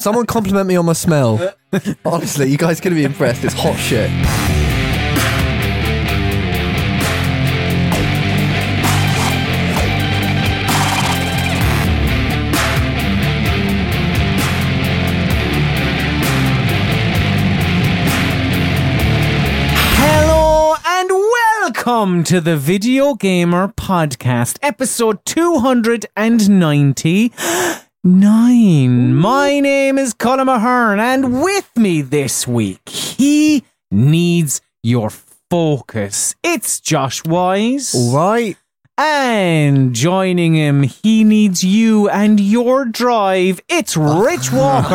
Someone compliment me on my smell. Honestly, you guys are going to be impressed. It's hot shit. Hello and welcome to the Video Gamer Podcast, episode 299. My name is Colin Mahern, and with me this week, he needs your focus. It's Josh Wise. All right. And joining him, he needs you and your drive. It's Rich Walker.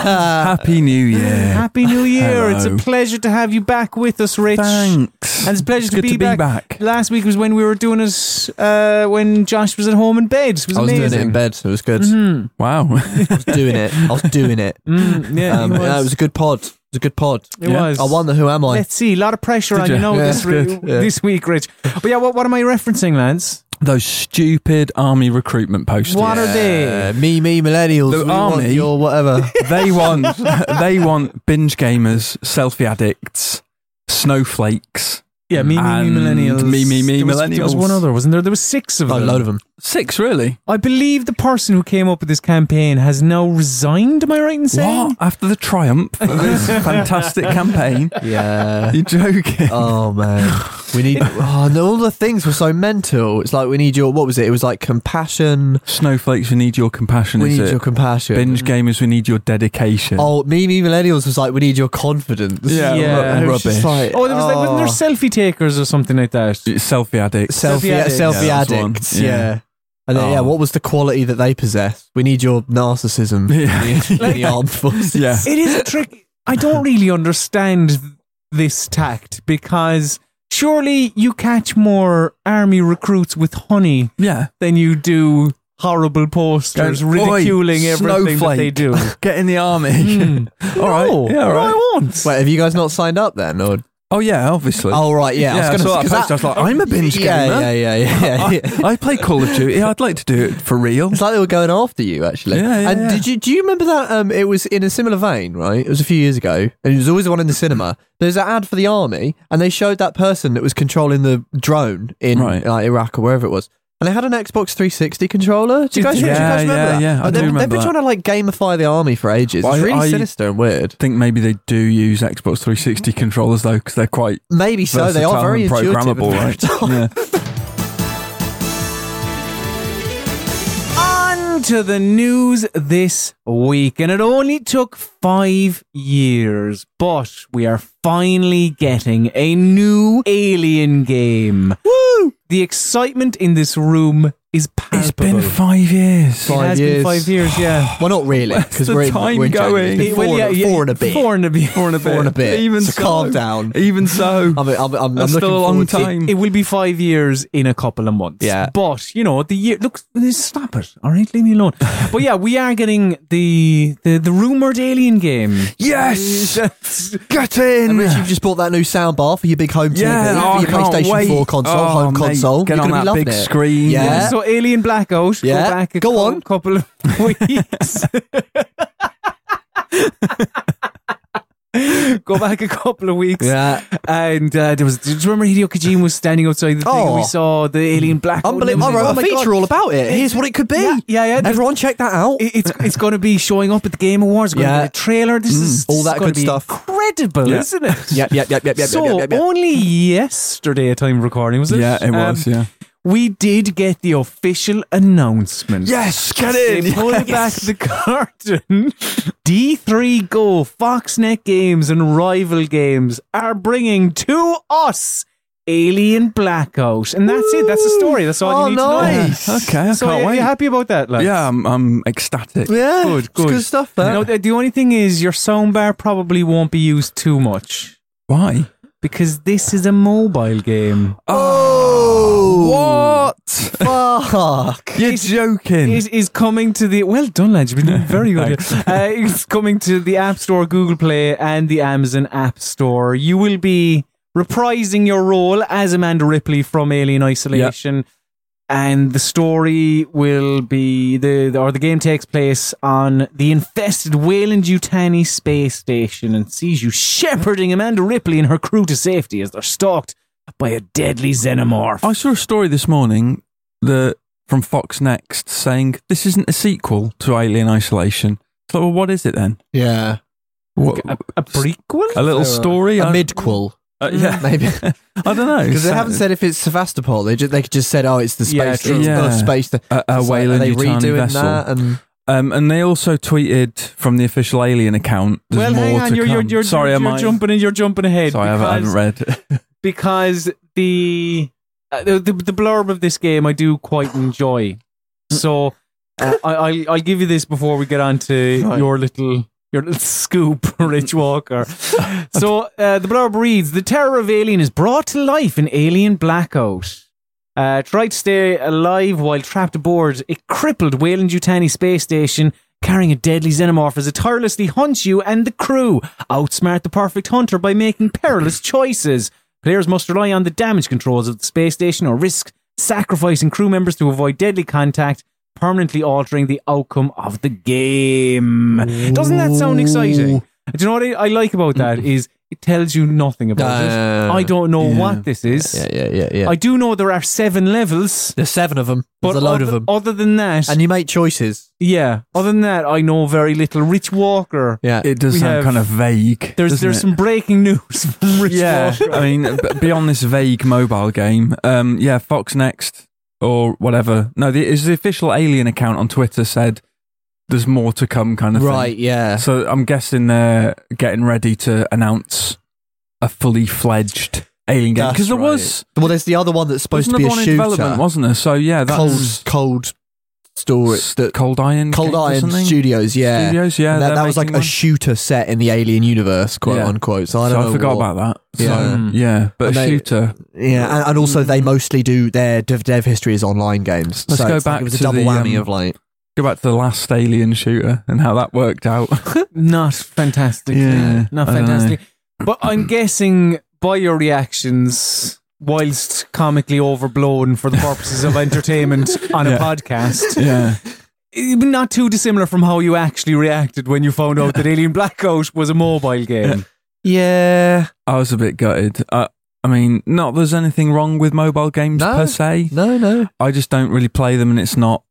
Happy New Year. Happy New Year. It's a Hello. pleasure to have you back with us, Rich. Thanks. And it's a pleasure to, good be, to be back. back. Last week was when we were doing it uh, when Josh was at home in bed. It was I was amazing. doing it in bed, so it was good. Mm-hmm. Wow. I was doing it. I was doing it. Mm-hmm. Mm, yeah, Um, it yeah, it was. was a good pod. It was a good pod. It yeah. was. I won the Who Am I? Let's see, a lot of pressure on you, you? know Yeah, this good, re- yeah. this week, Rich. But yeah, what, what am I referencing, lads? Those stupid army recruitment posters. What are they? Uh, me, me, millennials. The we want army. your whatever. they want they want binge gamers, selfie addicts, snowflakes. Yeah, me, me, And me, millennials. me, me, me, there was, There was millennials. one other, wasn't there? There was six of Oh, a them. load of them. Six really? I believe the person who came up with this campaign has now resigned. Am I right in saying? What? After the triumph of this fantastic campaign. Yeah. You're joking. Oh man, we need. Oh, no, all the things were so mental. It's like we need your. What was it? It was like compassion. Snowflakes, we need your compassion, We is need it? your compassion. binge gamers, we need your dedication. Oh, me, me, millennials was like, we need your confidence. Yeah, Yeah. It was just rubbish. like, Oh, there was like wasn't there selfie takers or something like that? Selfie addicts. Oh. selfie, Selfie addicts. addicts. selfie Yeah, that's one. addicts. Yeah. Yeah. And then, yeah, Oh. what was the quality that they possess? We need your narcissism Yeah. in the- in the armed forces. yeah. it is a trick. I don't really understand this tact because surely you catch more army recruits with honey Yeah. than you do horrible posters Going, "Oi, ridiculing everything that they snowflake." do. Get in the army. Mm. All right. No, Yeah, all no, right. I won't. Wait, have you guys not signed up then? Or Oh yeah, obviously. oh right, yeah. Yeah, I was I saw gonna that because post, I was like, I'm a binge yeah, gamer. Yeah, yeah, yeah, yeah. I, I play Call of Duty. I'd like to do it for real. It's like they were going after you, actually. Yeah, yeah, and yeah. did you do you remember that? Um, it was in a similar vein, right? It was a few years ago, and it was always the one in the cinema. Mm-hmm. There's an ad for the army, and they showed that person that was controlling the drone in Right. like, Iraq or wherever it was, and they had an Xbox 360 controller. Do you guys, do you Yeah, guys remember yeah, that? yeah, And I do they, have remember been that. trying to like gamify the army for ages. Well, it's I- really I- sinister and weird. I think maybe they do use Xbox 360 controllers though, because they're quite Maybe so. They versatile are very and intuitive and programmable, right? versatile. Yeah. On to the news this week, and it only took five years, but we are finally getting a new alien game. Woo! The excitement in this room is It's palpable. been five years. Five it has years. been five years, yeah. Well, not really, because the we're in, time we're in January. It's going? been It- Four, well, yeah, and, yeah, four and a bit. Four and a bit. Four and a Four and a bit. Even so, calm so. down. Even so, I'm, I'm, I'm, I'm that's looking still a long forward to- time. It will be five years in a couple of months. Yeah. But, you know, the year. Look, stop it. All right, leave me alone. but yeah, we are getting the the, the rumored alien game. yes, get And Rich, in. you've just bought that new soundbar for your big home Yeah, TV, oh, I for your can't PlayStation wait. 4 console, Oh, home mate, console. get You're on gonna be that loving big it. screen. Yeah. So Alien Blackout. Yeah. Go back a Go cou- on. couple of weeks. go back a couple of weeks. Yeah. And uh, there was. Do you remember Hideo Kojima was standing outside the thing? and Oh. we saw the Alien Blackout. and Unbelievable. I everything. wrote a my feature God. all about it. Here's what it could be. Yeah, yeah, yeah. Everyone check that out. It- It's it's going to be showing up at the Game Awards. Going Yeah. to be a trailer. Mm. This is All this that is gonna good be stuff. Incredible, Yeah. isn't it? Yep, yep, yep, yep, yep, so yep, yep, yep. only yesterday at time of recording was it? Yeah, it was. Um, yeah. We did get the official announcement. Yes, get They pulled back the curtain. D3 Go, Foxnet Games, and Rival Games are bringing to us Alien Blackout. And that's it. That's the story. That's all Oh, you need nice. to know. Okay, I so can't you- wait. you happy about that, lads? Yeah, I'm, I'm ecstatic. Yeah. Good, it's good. good stuff, that. No, the, the only thing is your soundbar probably won't be used too much Why? because this is a mobile game. Oh. What? Fuck. You're It's- joking. It is coming to the well done, lads. You've been doing very good. uh, it's coming to the App Store, Google Play, and the Amazon App Store. You will be reprising your role as Amanda Ripley from Alien Isolation. and the story will be the or the game takes place on the infested Wayland Yutani space station and sees you shepherding Amanda Ripley and her crew to safety as they're stalked by a deadly xenomorph. I saw a story this morning that from Fox Next saying this isn't a sequel to Alien Isolation. It's like, well, what is it then? Yeah. What, a, a prequel? A little Uh, story? a I- midquel, uh, yeah, maybe. I don't know. Because they So- haven't said if it's Sevastopol. They just, they could just said, oh, it's the space. Yeah, true. it's the Yeah. space. The, a, a it's like, Wayland are they Yutani redoing vessel. that? And Um, and they also tweeted from the official Alien account. There's well, more hang on, to you're, you're, come. you're, sorry, you're am I- jumping and you're jumping ahead. Sorry, I haven't, I because- haven't read. because the, uh, the the the blurb of this game I do quite enjoy. So uh, I, I'll I'll give you this before we get on to Right. your little. Your little scoop, Rich Walker. so uh, the blurb reads: The terror of Alien is brought to life in Alien Blackout. Uh, try to stay alive while trapped aboard a crippled Wayland Yutani space station carrying a deadly xenomorph as it tirelessly hunts you and the crew. Outsmart the perfect hunter by making perilous choices. Players must rely on the damage controls of the space station or risk sacrificing crew members to avoid deadly contact, permanently altering the outcome of the game. Doesn't that sound exciting? Do you know what I, I like about that is it tells you nothing about it. Uh, I don't know yeah. what this is. yeah, yeah, yeah, yeah. I do know there are seven levels, There's seven of them. but There's a load other, of them. other than that, And you make choices. yeah, other than that, I know very little. Rich Walker, Yeah. It does We sound have- kind of vague. there's doesn't there's it? some breaking news from Rich yeah. Walker. I mean, b- beyond this vague mobile game, um, yeah, Fox Next or whatever. No, the, is the official Alien account on Twitter said there's more to come, kind of thing. right, yeah. So I'm guessing they're getting ready to announce a fully fledged Alien game That's because there right. was Well, there's the other one that's supposed to wasn't be there a one in shooter. development, wasn't there? So yeah, cold, that's cold storage. That Cold Iron, Cold Games or Iron something? Studios, yeah. Studios. Yeah, And that, they're that was like making a one. shooter set in the Alien universe, quote Yeah. unquote. So I don't so know. I forgot what- about that. Yeah. So, yeah, but And a they- shooter. Yeah, and, and also they mostly do their dev, dev history is online games. Mm. Let's so go it's like back it was a to double the, whammy um, of like Go back to the last Alien shooter and how that worked out. Not fantastic. Yeah, not I don't know. fantastic. But I'm guessing by your reactions, whilst comically overblown for the purposes of entertainment on a Yeah. podcast, yeah, eh, not too dissimilar from how you actually reacted when you found out that Alien Blackout was a mobile game. yeah, I was a bit gutted. I, I mean, not there's anything wrong with mobile games No. per se. no, no. I just don't really play them, and it's not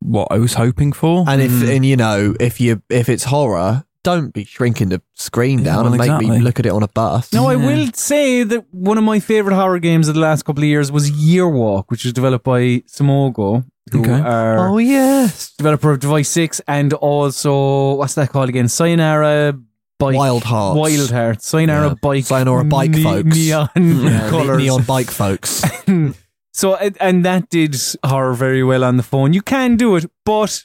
what I was hoping for. And if Mm. and you know if you if it's horror, don't be shrinking the screen Yeah, down well, and make me exactly. look at it on a bus. No, I Yeah. will say that one of my favorite horror games of the last couple of years was Year Walk, which was developed by Samogo, who Okay. are oh yes, developer of Device 6 and also, what's that called again? Sayonara Bike. Wild Hearts. Wild Hearts. Sayonara Yeah. Bike. Sayonara Bike, ne- folks. Neon Yeah, colours. ne- neon bike folks. So, and, and that did horror very well on the phone. You can do it, but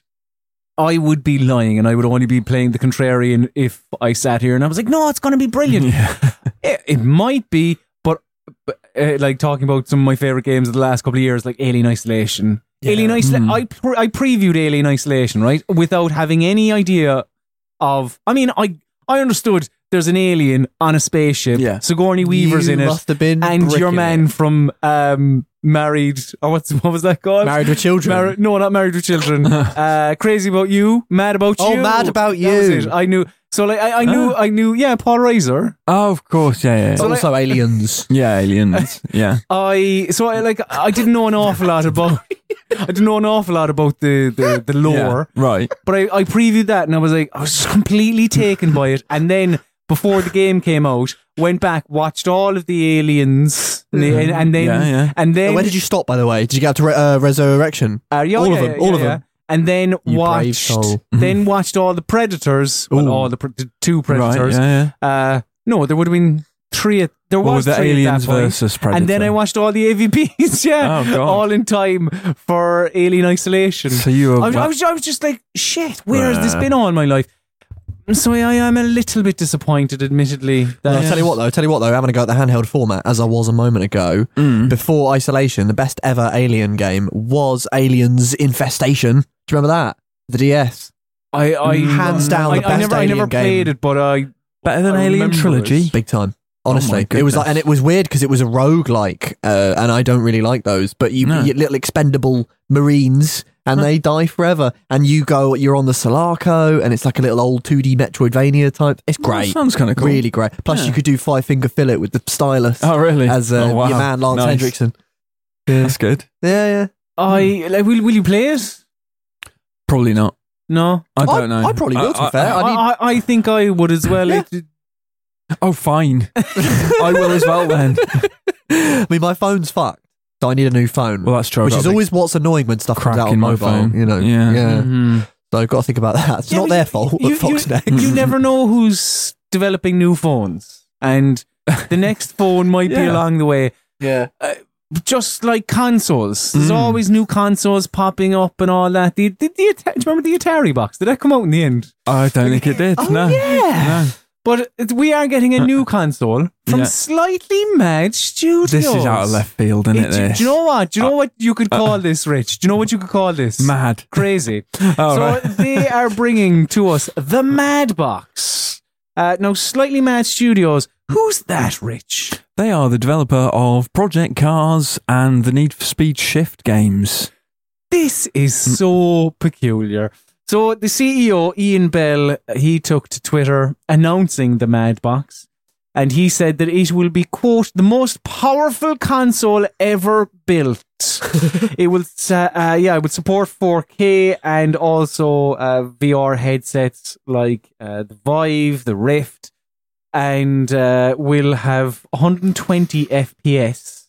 I would be lying and I would only be playing the contrarian if I sat here and I was like, no, it's going to be brilliant. It, it might be, but but, uh, like talking about some of my favorite games of the last couple of years, like Alien Isolation. Alien Isolation. I pre- I previewed Alien Isolation right without having any idea of. I mean, I I understood there's an alien on a spaceship. Yeah. Sigourney Weaver's You in it, must have been and your bricking man it. from um married or what's what was that called? married with children. Mar- no, not married with children. uh, crazy about you. Mad about Oh, you. Mad About That was You. it. I knew. So like I, I knew I knew. Yeah, Paul Reiser. oh, of course, yeah, yeah, But like- also aliens. yeah, aliens, yeah. I so I like I didn't know an awful lot about I didn't know an awful lot about the the, the lore, Yeah, right. but I, I previewed that and I was like I was just completely taken by it. And then before the game came out, went back watched all of the aliens and, the- and- and then Yeah, yeah. and then Mm-hmm. Where did you stop, by the way? Did you get up to re- uh, Resurrection? uh, yeah, all of yeah, them, yeah, all of yeah. them. And then brave watched soul. Mm-hmm. then watched all the predators, well, Ooh. all the, pre- the two Right, yeah, predators. yeah. Uh, no, there would have been three. At, there Or was the three aliens at that point. versus predator. And then I watched all the AVPs, yeah, Oh, God. all in time for Alien Isolation. So you were I was, I, was, I was just like, shit, where has this Nah. been all my life? So I, I am a little bit disappointed, admittedly. That, I'll Uh, tell you what, though. Tell you what, though. I'm going to go at the handheld format as I was a moment ago. Mm. Before Isolation, the best ever Alien game was Aliens Infestation. Do you remember that? The DS. I, I Hands down I, the I best never, I Alien never game. played it, but I Mm. better than I Alien remember trilogy. Big time. Honestly, Oh my it was like, goodness. and it was weird because it was a roguelike, uh, and I don't really like those. But you, No. you little expendable marines, and they die forever. And you go, you're on the Solarco, and it's like a little old 2D Metroidvania type. It's Well, that great, sounds kind of cool. really great. Plus, Yeah. you could do five finger fillet with the stylus Oh, really? as uh, oh, wow. your man Lance Nice. Hendrickson. That's good. Yeah, yeah. I like, will, will you play it? Probably not. No. I I- don't know. I probably will, to be I- I- fair. I, I need- I, I think I would as well. Yeah. It- oh, fine. I will as well then. I mean, my phone's fucked, so I need a new phone, Well, that's true. I've which got is a big always what's annoying when stuff comes crack out in on my mobile. phone. You know, Yeah. Mm-hmm. Hmm. Mhm. So I've got to think about that. It's Yeah, not but their fault. you- that Fox you- Next. You never know who's developing new phones, and the next phone might be Yeah. along the way. Yeah. Just like consoles, there's Mm. always new consoles popping up and all that. The, the, the, Ata- do you remember the Atari box? Did that come out in the end? I don't think it did. Oh, no. yeah. No. But it- we are getting a new console from Uh, Yeah. slightly mad studios. This is out of left field, isn't it? Uh, It- do- This? Do you know what? Do you know what you could call this, Rich? Do you know what you could call this? Mad. Crazy. Oh, so right. they are bringing to us the Mad Box. Uh, now, slightly mad studios. Who's that, Rich? They are the developer of Project Cars and the Need for Speed Shift games. This is so peculiar. Mm. So the CEO Ian Bell he took to Twitter announcing the Mad Box, and he said that it will be quote the most powerful console ever built. it will, uh, uh, yeah, it will support 4K and also uh, VR headsets like uh, the Vive, the Rift, and uh, will have 120 FPS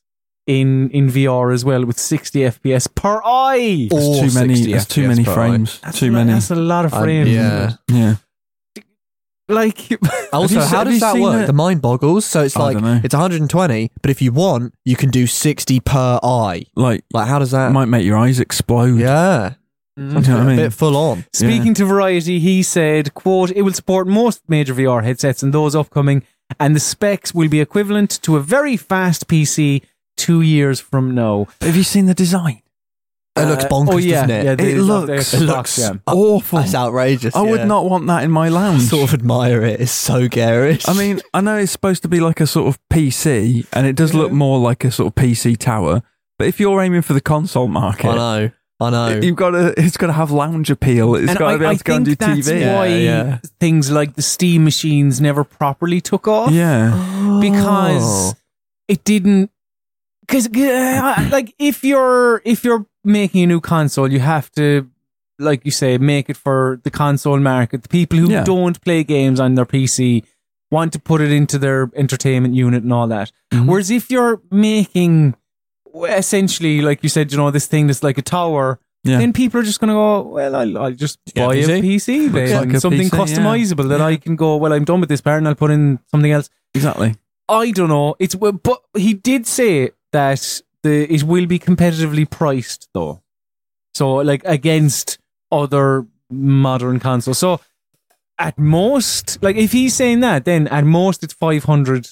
in in VR as well with 60 FPS per eye. Or It's too many. 60 It's too FPS many per eye. frames. That's too a, many. That's a lot of Um, frames. isn't yeah. it? Yeah. Like, Also, you se- how have you does that seen work? it? The mind boggles. So it's I like dunno. it's 120, but if you want, you can do 60 per eye. Like Like, how does that? might make your eyes explode. Uh, yeah, You know what I a mean? bit full on. Speaking to Variety, he said, quote, it will support most major VR headsets and those upcoming, and the specs will be equivalent to a very fast PC two years from now. Have you seen the design? It looks Uh, bonkers, oh, yeah, doesn't it? yeah, It is up looks- there. it Box, looks uh, yeah. Awful. That's outrageous. I would yeah. not want that in my lounge. sort of admire it. It's so garish. I mean, I know it's supposed to be like a sort of PC, and it does look more like a sort of PC tower. But if you're aiming for the console market, I know, I know. You've got to. It's got to have lounge appeal. It's And got to be I, able I to go and think do that's TV. why Yeah, yeah. things like the Steam machines never properly took off Yeah. Oh, Oh. because it didn't. Because like if you're if you're making a new console, you have to, like you say, make it for the console market. The people who Yeah. don't play games on their PC want to put it into their entertainment unit and all that. Mm-hmm. Whereas if you're making essentially, like you said, you know, this thing that's like a tower, Yeah. then people are just going to go, well, I'll, I'll just Yeah, buy a PC. PC, Looks then. like a something PC, yeah. customizable that I can go, well, I'm done with this part and I'll put in something else. Exactly. I don't know. It's but he did say that the it will be competitively priced though, so like against other modern consoles. So at most, like if he's saying that, then at most it's five hundred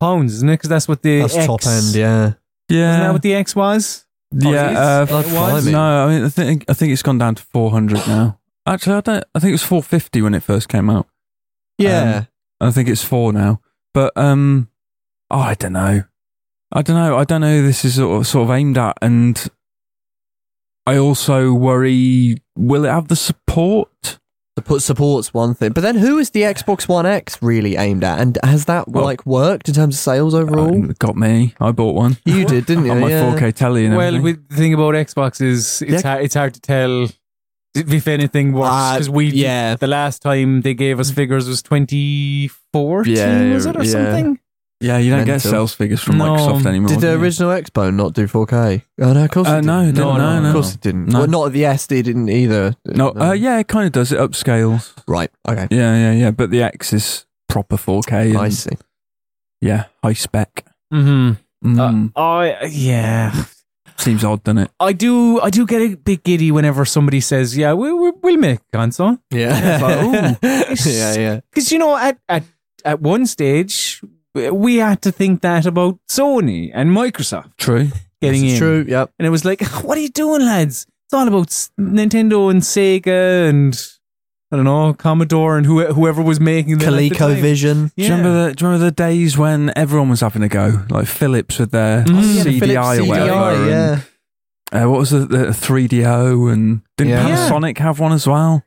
pounds, isn't it? Because that's what the that's X, top end. Yeah, Yeah. Isn't that what the X was? yeah. Uh, Blood It was? blimey. no, I mean, I think I think it's gone down to four hundred now. Actually, I don't. I think it was four fifty when it first came out. yeah. I think it's four now. But um, oh, I don't know. I don't know. I don't know. Who this is sort of, sort of aimed at, and I also worry: will it have the support? The put supports one thing, but then who is the Xbox One X really aimed at? And has that Well- like worked in terms of sales overall? Um, got me. I bought one you did, didn't you? on my Yeah. 4K telly and well, everything. with the thing about Xbox is it's hard, it's hard to tell if anything works Uh, because we yeah. the last time they gave us figures was 2014 Yeah, was it or yeah. something yeah, you don't get Mental. sales figures from No. Microsoft anymore. Did the do you? original Xbone not do 4K? Oh, no, of course Uh, it no, didn't. no, no, Of no. course it didn't. No. Well, not the SD didn't either. Um, No, Uh, yeah, it kind of does. It upscales. Right, okay. Yeah, yeah, yeah. But the X is proper 4K. And, I see. Yeah, high spec. mm-hmm Hmm. Mm, I yeah, seems odd, doesn't it? I do. I do get a bit giddy whenever somebody says, "Yeah, we, we we'll make a console," Yeah. It's- yeah, yeah. because you know, at at at one stage, we had to think that about Sony and Microsoft True. This getting in, is true, yep. and it was like, "What are you doing, lads? It's all about S- Nintendo and Sega and I don't know, Commodore and who, whoever was making them at the time. ColecoVision. Yeah. Do, you remember the, do you remember the days when everyone was having a go? Like Philips with their Mm. Oh, Yeah, the CDI Philips or whatever. CDI, and- yeah. Uh, what was it? The 3DO and didn't Yeah. Panasonic have one as well?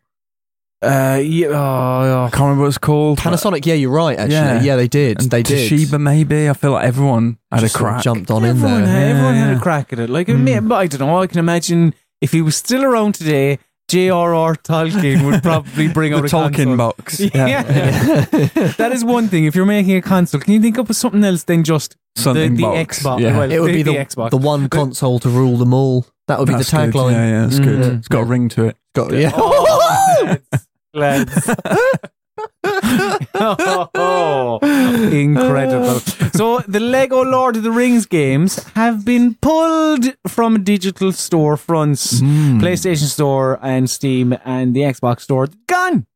Uh, yeah, oh, I oh. can't remember what it's called. Panasonic, yeah, you're right, actually. Yeah. Yeah, they did. And they did. Toshiba maybe. I feel like everyone had a Just sort of crack. Jumped on in everyone, there. had, Yeah, everyone had yeah. a crack at it. Like, Mm. I, mean, I don't know. I can imagine if he was still around today, J.R.R. Tolkien would probably bring the out a console. Tolkien box. Yeah. that is one thing. If you're making a console, can you think up of something else than just Something the, the box. Xbox? Yeah. Well, it would the, be the, Xbox. the one console to rule them all. That would be That's the good. tagline. Yeah, yeah, it's good. Mm. It's got a ring to it. Got- yeah. Oh, lads, lads. Oh, incredible. So the Lego Lord of the Rings games have been pulled from digital storefronts. Mm. PlayStation Store and Steam and the Xbox Store. Gone.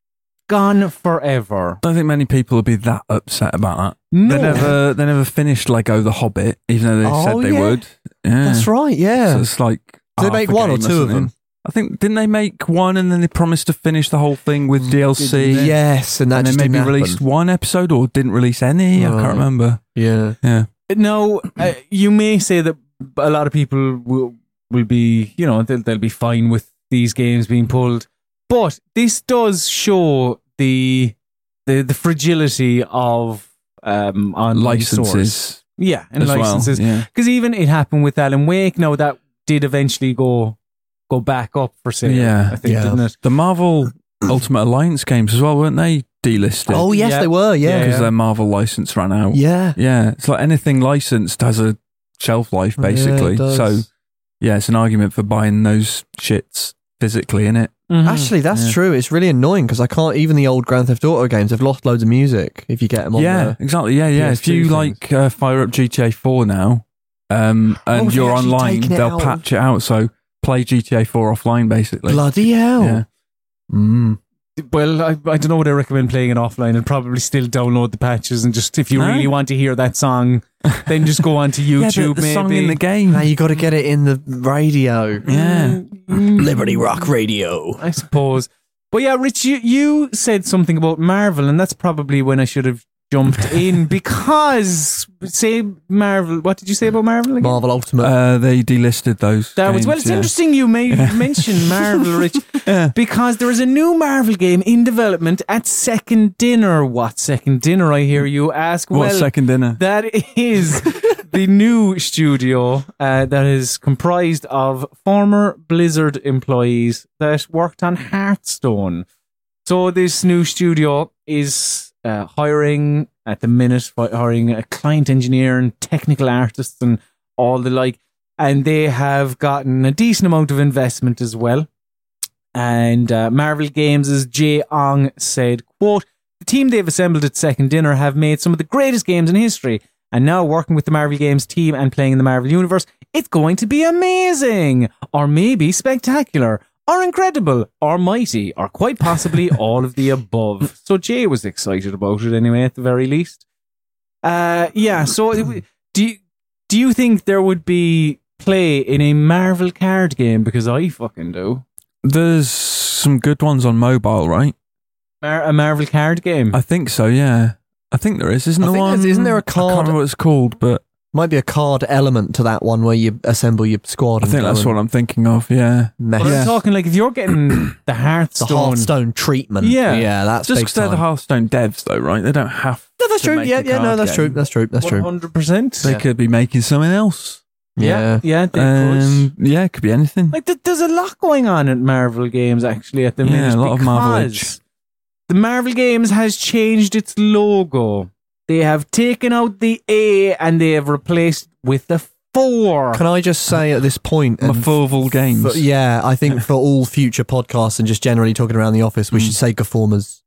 Gone forever. Don't think many people would be that upset about that. No. They never, they never finished Lego The Hobbit, even though they Oh, said they yeah. would. Yeah. That's right, yeah. So it's like Did they half make a one or game two of something. them? I think didn't they make one and then they promised to finish the whole thing Mm, with DLC? yes, and that and then just maybe didn't happen. Oh. released one episode or didn't release any. I Right. can't remember. Yeah. Yeah, No, uh, you may say that a lot of people will will be, you know, they'll, they'll be fine with these games being pulled, but this does show the the the fragility of um on source. licenses yeah, and as licenses. well. Yeah. Because even it happened with Alan Wake. No, that did eventually go go back up for sale. Yeah. I think Yeah. didn't it? The Marvel Ultimate Alliance games as well, weren't they delisted? Oh, yes, Yeah. they were, yeah. because yeah. their Marvel license ran out. Yeah. Yeah, it's like anything licensed has a shelf life, Yeah, it basically. does. so yeah, it's an argument for buying those shits physically, in it. Actually, that's Hmm. Yeah. true. It's really annoying because I can't. Even the old Grand Theft Auto games have lost loads of music if you get them on yeah, there. exactly. Yeah, yeah. If PS2 you things. like uh, fire up GTA 4 now um, and they've you're Oh, actually online, taken it they'll out. patch it out. So play GTA 4 offline, basically. Bloody hell! Yeah. Mm. Well, I, I don't know what I recommend playing it offline. I'd probably still download the patches and just if you No? really want to hear that song, then just go onto Yeah, YouTube. the, the maybe. song in the game. Now you got to get it in the radio, Yeah. Mm, Rock Radio. I suppose. But yeah, Rich, you, you said something about Marvel, and that's probably when I should have jumped in because say Marvel. What did you say about Marvel again? Marvel Ultimate. Uh, they delisted those. That was games, well. It's yeah. interesting you may mention Marvel, Rich, Yeah. because there is a new Marvel game in development at Second Dinner. What Second Dinner? I hear you ask. What well, second dinner? that is the new studio uh, that is comprised of former Blizzard employees that worked on Hearthstone. So this new studio is uh, hiring at the minute, hi- hiring a client engineer and technical artists and all the like. And they have gotten a decent amount of investment as well. And uh, Marvel Games' Jay Ong said, quote, the team they've assembled at Second Dinner have made some of the greatest games in history. And now working with the Marvel Games team and playing in the Marvel Universe, it's going to be amazing! Or maybe spectacular, or incredible, or mighty, or quite possibly all of the above. So Jay was excited about it anyway, at the very least. Uh, yeah, so it w- do you, do you think there would be play in a Marvel card game? Because I fucking do. There's some good ones on mobile, right? Mar- a Marvel card game. I think so. Yeah, I think there is. Isn't I there think one? there's- isn't there a I can't card- remember what it's called, but Might be a card element to that one where you assemble your squad. I and think go that's and what I'm thinking of. Yeah, mess. But Yeah. I'm talking like if you're getting the The Hearthstone, Hearthstone treatment. Yeah. yeah, that's just big because they're the time. Hearthstone devs, though, right? They don't have. No, that's to true. make Yeah, a yeah, no, card that's game. true. That's true. That's true. 100. percent They could be making something else. Yeah. yeah, they could. Um, yeah, it could be anything. Like th- there's a lot going on at Marvel Games actually at the Yeah, minute. a lot of because Marvelage. The Marvel Games has changed its logo. They have taken out the A and they have replaced with the four. Can I just say at this point, and Marvel games. for- yeah, I think for all future podcasts and just generally talking around the office, we Mm. should say Gaformers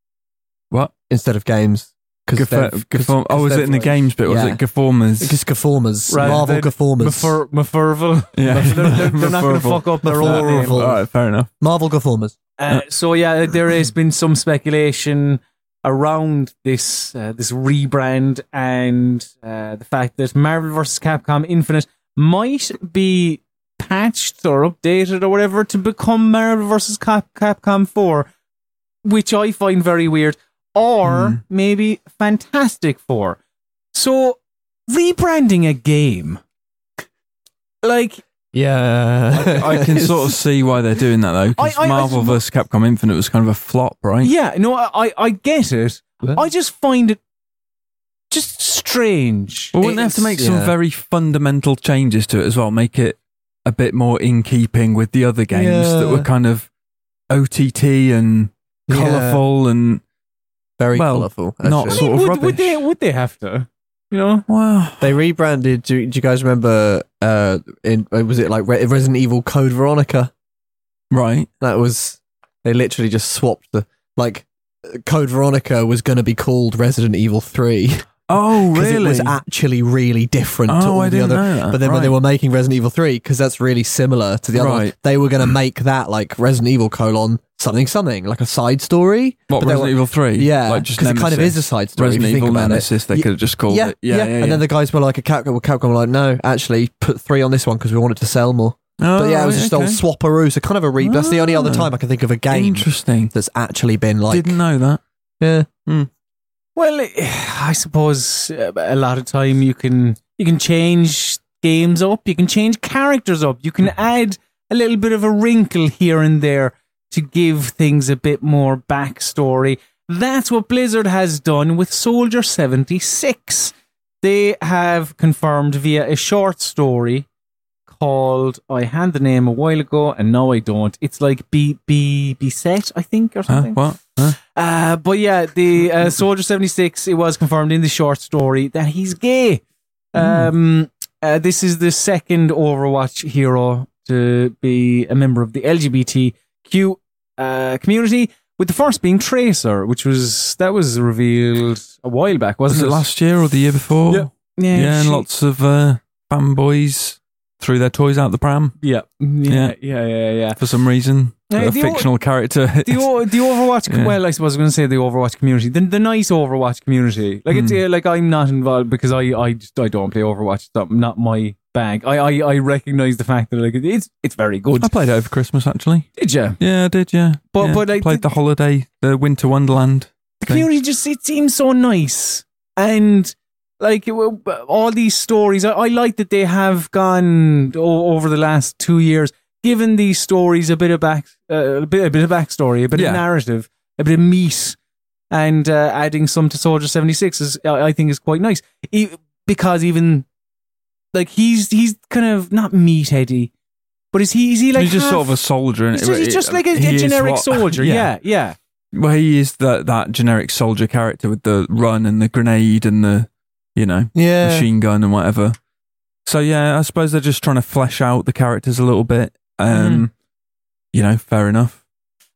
What? instead of games. Gaf- Gaform- oh, was it in the games bit? Was yeah. it Gaformers? Because Gaformers, Right, Marvel they'd- Gaformers, Mafer- Maferval. Yeah. They're, they're- they're not going to Maferval. fuck up their own Maferval. name. All right, fair enough. Marvel Gaformers. Uh, so yeah, there has been some speculation around this uh, this rebrand and uh, the fact that Marvel vs. Capcom Infinite might be patched or updated or whatever to become Marvel vs. Cap- Capcom Four. which I find very weird, or maybe Fantastic Four. So rebranding a game, like Yeah. I can sort of see why they're doing that though, because I- I- I- Marvel vs. Capcom Infinite was kind of a flop, right? yeah, no, I I, I get it. I just find it just strange. But wouldn't they have to It's- make some yeah. very fundamental changes to it as well? Make it a bit more in keeping with the other games that Yeah. were kind of OTT and Yeah. colourful and Very well, colourful. not actually. I mean, sort of would, rubbish. would they would they have to? You know, wow. They rebranded. Do, do you guys remember? Uh, in uh, was it like Re- Resident Evil Code Veronica? Right. That was they literally just swapped the like uh, Code Veronica was going to be called Resident Evil Three Oh, because really? it was actually really different to oh, all I the didn't other. know that. But then when they Right. were making Resident Evil Three, because that's really similar to the other one, Right. they were going to make that like Resident Evil colon something something like a side story. what, but they Resident were- Evil 3? Yeah, Like just because it kind of Nemesis. is a side story. Resident if you think Evil about it. Nemesis, they Ye- could have just called yeah, it. Yeah, yeah, And then the guys were like, a Capcom, well, Capcom were like, no, actually, put three on this one because we wanted to sell more. Oh, But yeah, it was right, just okay. old swapperoo. So kind of a re. That's the only other Ah. time I can think of a game Interesting. that's actually been like. Didn't know that. yeah. well, eh, I suppose uh, a lot of time you can you can change games up, you can change characters up, you can add a little bit of a wrinkle here and there to give things a bit more backstory. That's what Blizzard has done with Soldier 76. They have confirmed via a short story called I had the name a while ago and now I don't. It's like be be be set, I think, or Huh? something. What? Huh? Uh, but yeah, the uh, Soldier 76, it was confirmed in the short story that he's gay. Mm. Um, uh, this is the second Overwatch hero to be a member of the LGBTQ uh, community, with the first being Tracer, which was, that was revealed a while back, Was wasn't it last year or the year before? Yeah. Yeah, Yeah, and she- lots of uh, fanboys threw their toys out the pram Yeah, yeah, yeah, yeah, yeah. for some reason. Yeah, a the o- fictional character. the o- the Overwatch. Yeah. Well, I suppose I was going to say the Overwatch community, the, the nice Overwatch community. Like it's Hmm. uh, like I'm not involved because I I just I don't play Overwatch. It's not, not my bag. I, I I recognize the fact that like it's it's very good. I played it over Christmas actually. Did you? Yeah, I did. Yeah, But- yeah. but, like, played the- the holiday, the Winter Wonderland. The thing. community just it seems so nice and. Like it will- all these stories, I, I like that they have gone o- over the last two years, given these stories a bit of back, uh, a bit, a bit of backstory, a bit Yeah. of narrative, a bit of meat, and uh, adding some to Soldier 76 is I I think is quite nice E- because even like he's he's kind of not meatheady, but is he is he like he's just half- sort of a soldier, and he's just, he's just like a, a generic soldier, yeah, yeah, Well, he is that that generic soldier character with the run and the grenade and the you know Yeah. machine gun and whatever. So yeah, I suppose they're just trying to flesh out the characters a little bit. Mm-hmm. Um, You know, fair enough.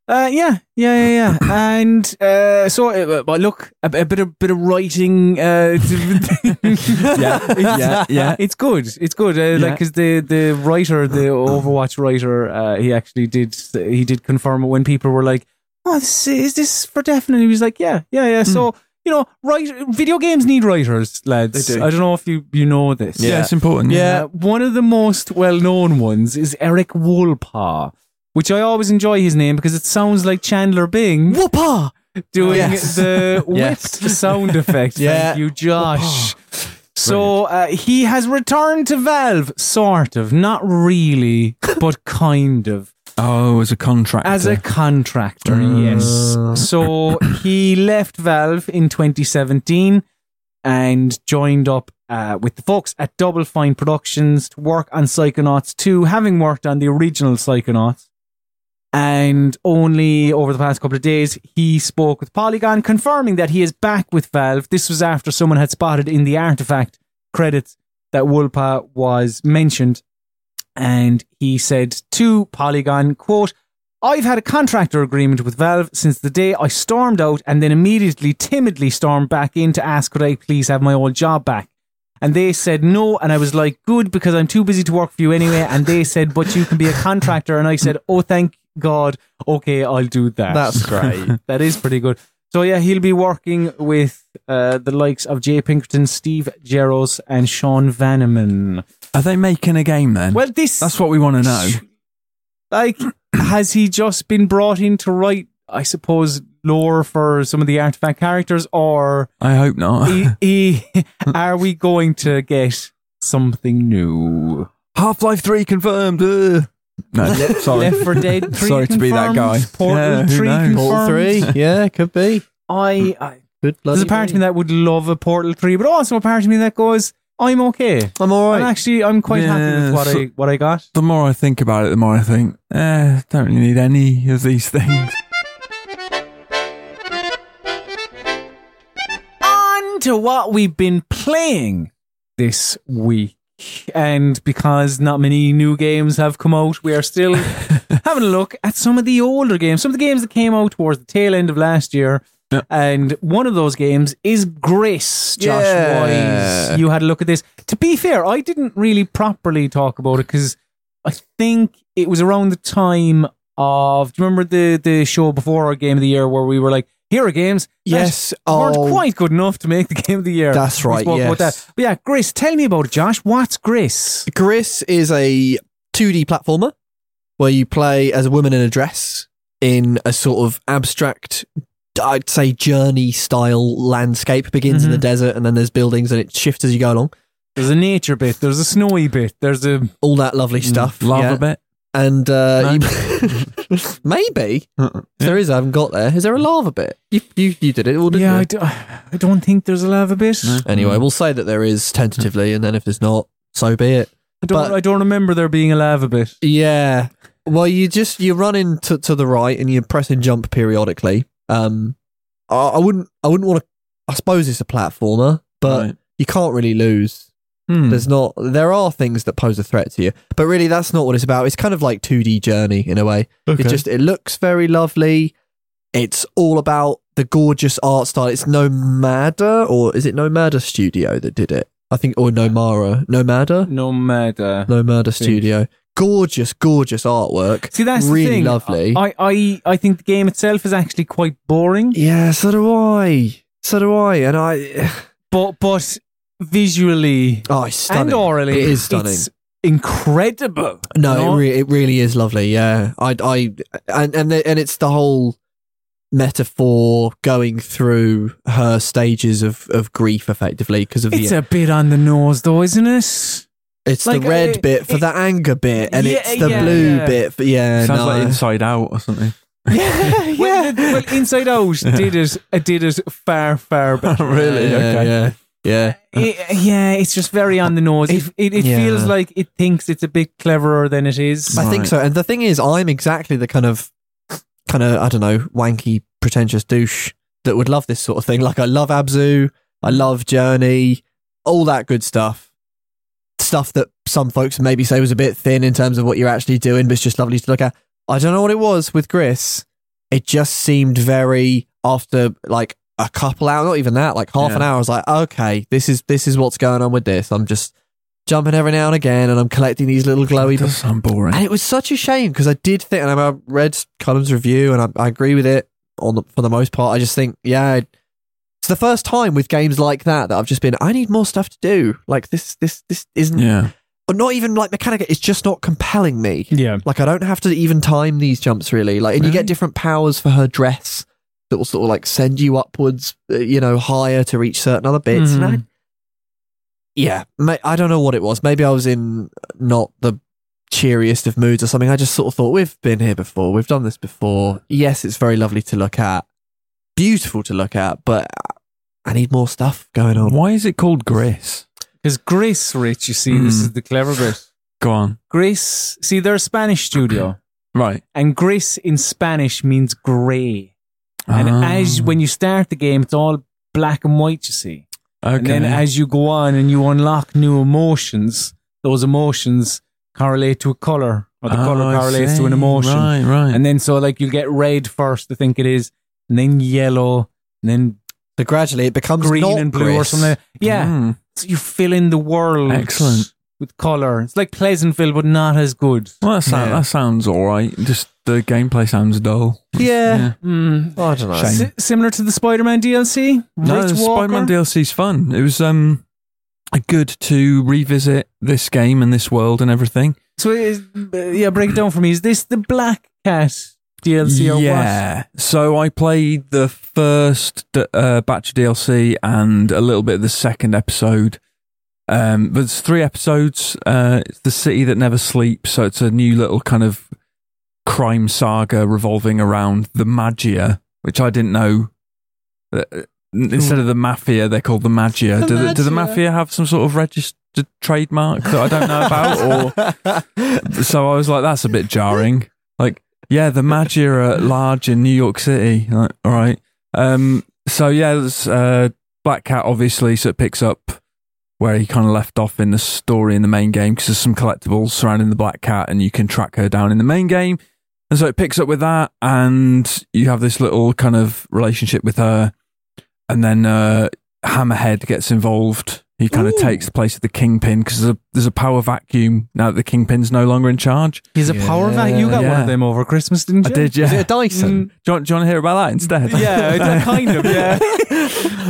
Uh, yeah, yeah, yeah, yeah, and uh, so uh, but look, a, a bit of bit of writing. Uh, yeah, yeah. It's good. It's good. Uh, Yeah. Like because the the writer, the Overwatch writer, uh, he actually did he did confirm it when people were like, "Oh, this, is this for definite?" He was like, "Yeah, yeah, Hmm. yeah." So you know, write video games need writers, lads. They do. I don't know if you you know this. Yeah, it's important. Yeah. Uh, one of the most well known ones is Eric Woolpaw, which I always enjoy his name because it sounds like Chandler Bing Whoopah! doing Yes. the whip Yes. sound effect. Yeah. Thank you, Josh. So uh, he has returned to Valve, sort of, not really, but kind of, Oh, as a contractor. as a contractor. Mm. Yes. So he left Valve in 2017 and joined up uh, with the folks at Double Fine Productions to work on Psychonauts 2, having worked on the original Psychonauts. And only over the past couple of days, he spoke with Polygon, confirming that he is back with Valve. This was after someone had spotted in the artifact credits that Wolpa was mentioned. And he said to Polygon, quote, I've had a contractor agreement with Valve since the day I stormed out and then immediately timidly stormed back in to ask could I please have my old job back. And they said no, and I was like, good, because I'm too busy to work for you anyway. And they said, but you can be a contractor. And I said, oh, thank God. Okay, I'll do that. That's great. That is pretty good. So yeah, he'll be working with uh, the likes of Jay Pinkerton, Steve Gerros, and Sean Vanneman. Are they making a game then? Well, this That's what we want to know. like has he just been brought in to write? I suppose lore for some of the artifact characters, or I hope not. i- i- are we going to get something new? Half Life 3 confirmed. uh. No, sorry. Left for Dead 3 Sorry to be confirmed, that guy. Portal Yeah, who 3 knows? confirmed. Portal three, yeah, could be. I, I Good bloody. there's a part of me that would love a Portal 3, but also a part of me that goes, I'm okay. I'm all And right. actually, I'm quite happy Yeah, with what so- I what I got. The more I think about it, the more I think, eh, don't really need any of these things. on to what we've been playing this week. And because not many new games have come out, we are still having a look at some of the older games, some of the games that came out towards the tail end of last year. Yeah. And one of those games is Grace, Josh Yeah. Wise. You had a look at this. To be fair, I didn't really properly talk about it because I think it was around the time of. Do you remember the, the show before our game of the year where we were like, here are games that Yes. weren't oh, quite good enough to make the game of the year. That's We right, spoke about yes. that. But yeah, Grace, tell me about it, Josh. What's Grace? Gris is a 2D platformer where you play as a woman in a dress in a sort of abstract, I'd say, journey style landscape. Begins in the Mhm. desert and then there's buildings and it shifts as you go along. There's a nature bit. There's a snowy bit. There's a All that lovely Mm, stuff. Lava yeah. bit. And uh, you, maybe If there is. I haven't got there. Is there a lava bit? You you, you did it. All, didn't yeah. you? I, do, I don't think there's a lava bit. Anyway, we'll say that there is tentatively, and then if there's not, so be it. I don't. but- I don't remember there being a lava bit. Yeah. Well, you just you run into to the right and you press and jump periodically. Um, I, I wouldn't I wouldn't want to. I suppose it's a platformer, but Right. you can't really lose. Hmm. There's not. There are things that pose a threat to you, but really that's not what it's about. It's kind of like 2D journey in a way. It just it looks very lovely. It's all about the gorgeous art style. It's Nomada or is it Nomada Studio that did it? I think or Nomara. Nomada? no matter. Nomada Studio. Gorgeous, gorgeous artwork. See, that's the really thing. lovely. I, I, I think the game itself is actually quite boring, yeah, so do I. So do I. And I but but visually Oh, it's stunning. and orally, It is stunning. It's incredible. No, you know? It, re- it really is lovely. Yeah, I, I, and and the, and it's the whole metaphor going through her stages of, of grief, effectively, because of It's the a bit on the nose, though, isn't it? it's like, the red uh, bit for it- the anger bit, and Yeah, it's the yeah, blue yeah. bit. For, yeah, Sounds no, like Inside Out or something. yeah, yeah. Well, the- well, Inside Out did it. uh, Did it far, far better. really? Yeah, okay. yeah, yeah. It- yeah, it's just very on the nose. It it, it yeah. feels like it thinks it's a bit cleverer than it is. I think Right. so. And the thing is, I'm exactly the kind of kind of I don't know wanky pretentious douche that would love this sort of thing. Like I love Abzu, I love Journey, all that good stuff. Stuff that some folks maybe say was a bit thin in terms of what you're actually doing, but it's just lovely to look at. I don't know what it was with Gris. It just seemed very after like a couple hours, not even that, like half an Yeah. hour. I was like, okay, this is this is what's going on with this. I'm just jumping every now and again, and I'm collecting these little glowy It does sound boring. and it was such a shame because I did think, and I read Cullen's review, and I, I agree with it on the, for the most part. I just think, yeah, it- it's the first time with games like that that I've just been, I need more stuff to do. Like this, this, this isn't, Yeah. or not even like mechanic. It's just not compelling me. yeah, Like I don't have to even time these jumps really. Like, and you Really? get different powers for her dress that will sort of like send you upwards, uh, you know, higher to reach certain other bits. And I- Mhm. yeah, ma- I don't know what it was. Maybe I was in not the cheeriest of moods or something. I just sort of thought we've been here before, we've done this before. Yes, it's very lovely to look at, beautiful to look at, but I need more stuff going on. Why is it called Gris? because Grace Rich, you see, this Mm. is the clever bit. Go on. Grace, see, they're a Spanish studio, Right. and Grace in Spanish means grey. And Ah, as when you start the game, it's all black and white. You see. okay. And then as you go on and you unlock new emotions, those emotions correlate to a color, or the Oh, color I correlates to an see. emotion. Right, right. And then so like you get red first, I think it is, and then yellow, and then So gradually it becomes green not and blue or Gris. something. Yeah, Mm. so you fill in the world. Excellent. With color, it's like Pleasantville, but not as good. Well, that, sound, Yeah. that sounds all right. Just the gameplay sounds dull. Yeah, Mm. Oh, I don't know. Shame. Si- similar to the Spider-Man DLC. No, Rich the Walker. Spider-Man DLC's fun. It was um good to revisit this game and this world and everything. So, it is, uh, yeah, break it down for me. Is this the Black Cat DLC or what? yeah. So I played the first uh, batch of DLC and a little bit of the second episode. Um, but it's three episodes. Uh, it's the city that never sleeps. So it's a new little kind of crime saga revolving around the Magia, which I didn't know. Uh, Instead of the mafia, they're called the Magia. The do, The, do the Magia. mafia have some sort of registered trademark that I don't know about, or so I was like, that's a bit jarring. Like, yeah, the Magia are at large in New York City. Like, all right. Um, so yeah, it's, uh, Black Cat obviously so it picks up where he kind of left off in the story in the main game because there's some collectibles surrounding the Black Cat and you can track her down in the main game. And so it picks up with that, and you have this little kind of relationship with her. And then uh, Hammerhead gets involved. He kind of Ooh. takes the place of the Kingpin because there's a, there's a power vacuum now that the Kingpin's no longer in charge. He's a power Yeah. vac. You got one Yeah. of them over Christmas, didn't I you? Mm, did, yeah. Is it a Do Dyson? you, want, do you want to hear about that instead? Yeah, it's a kind of, yeah.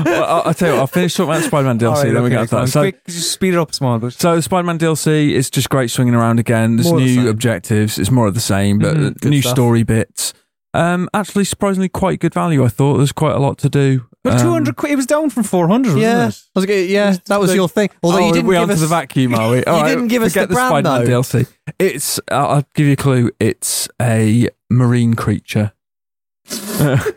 well, I'll, I'll tell you what, I'll finish talking about Spider Man DLC, All right, then we okay, get to go on. that. So, Quick, just speed it up small, but So Spider Man DLC is just great swinging around again. There's More of the new same. objectives. It's more of the same, but Mhm, good new stuff. story bits. Um, actually, surprisingly, quite good value. I thought there's quite a lot to do. but Um, two hundred quid. It was down from four hundred. Yeah, I wasn't was gonna, yeah, that was Like- your thing. Although oh, you didn't we're give onto us the vacuum, are we? All You right, didn't give us forget the brand, Spider-Man though. DLC. It's. I'll I'll give you a clue. It's a marine creature. a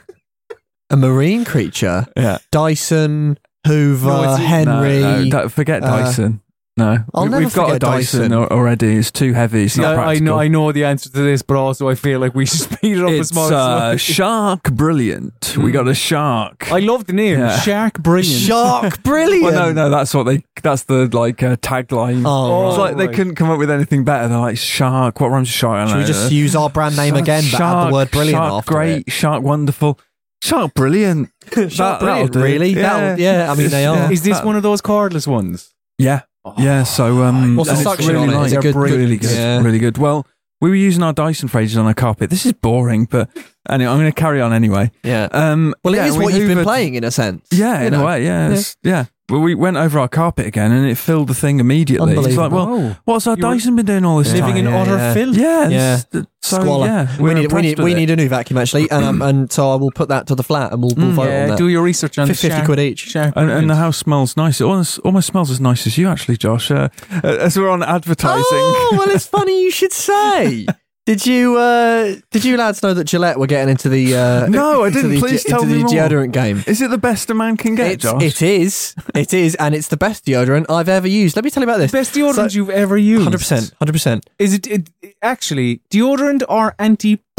marine creature. Yeah. Dyson, Hoover, No, it's- Henry. No, no, don't- forget uh, Dyson. No, I'll We- never we've got a forget Dyson, Dyson. al- already. It's too heavy. It's it? not I, I practical. know, I know the answer to this, but also I feel like we should speed it up as It's small. uh, as shark brilliant. Hmm. We got a shark. I love the name Yeah. Shark Brilliant. Shark, brilliant. Well, no, no, that's what they. That's the like uh, tagline. Oh, Oh, it's right. like they right. couldn't come up with anything better. They're like shark. What rhymes with shark? I don't should we know. just use our brand name Shark- again, but add the word brilliant shark after great, shark wonderful, shark brilliant. it? That- Shark, that'll brilliant, do. really? Yeah. That'll, yeah, I mean they Yeah. are. Is this Uh, one of those cordless ones? Yeah, Oh yeah. So um, What's the and it's suction really on it? Is nice. it good- They're really good? good, Yeah. really good. Well, we were using our Dyson phrases on our carpet. This is boring, but anyway, I'm going to carry on anyway. Yeah. Um, Well, it yeah, is we what you've been hoovered- playing in a sense. Yeah, you in know. a way, yeah, it's- yeah. But we went over our carpet again, and it filled the thing immediately. It's like, well, oh, what's our You were Dyson been doing all this living time? in yeah, utter yeah. filth. Yeah, Yeah. it's- th- So, Squalor. yeah, we we're need we need impressed we with it. Mm. need a new vacuum actually, and um, and so I will put that to the flat, and we'll, we'll vote yeah, on that. do your research on the Fifty shark, quid each. Shark And, and Brilliant. the house smells nice. It almost, almost smells as nice as you, actually, Josh. Uh, as we're on advertising, Oh well, it's funny you should say. Did you uh, did you lads know that Gillette were getting into the uh, No, I into didn't. the Please de- tell into me the more. deodorant game. is it the best a man can get, It's, Josh? it is it is and it's the best deodorant I've ever used. Let me tell you about this. best deodorant you've ever used. Hundred percent, hundred percent. Is it, it actually deodorant or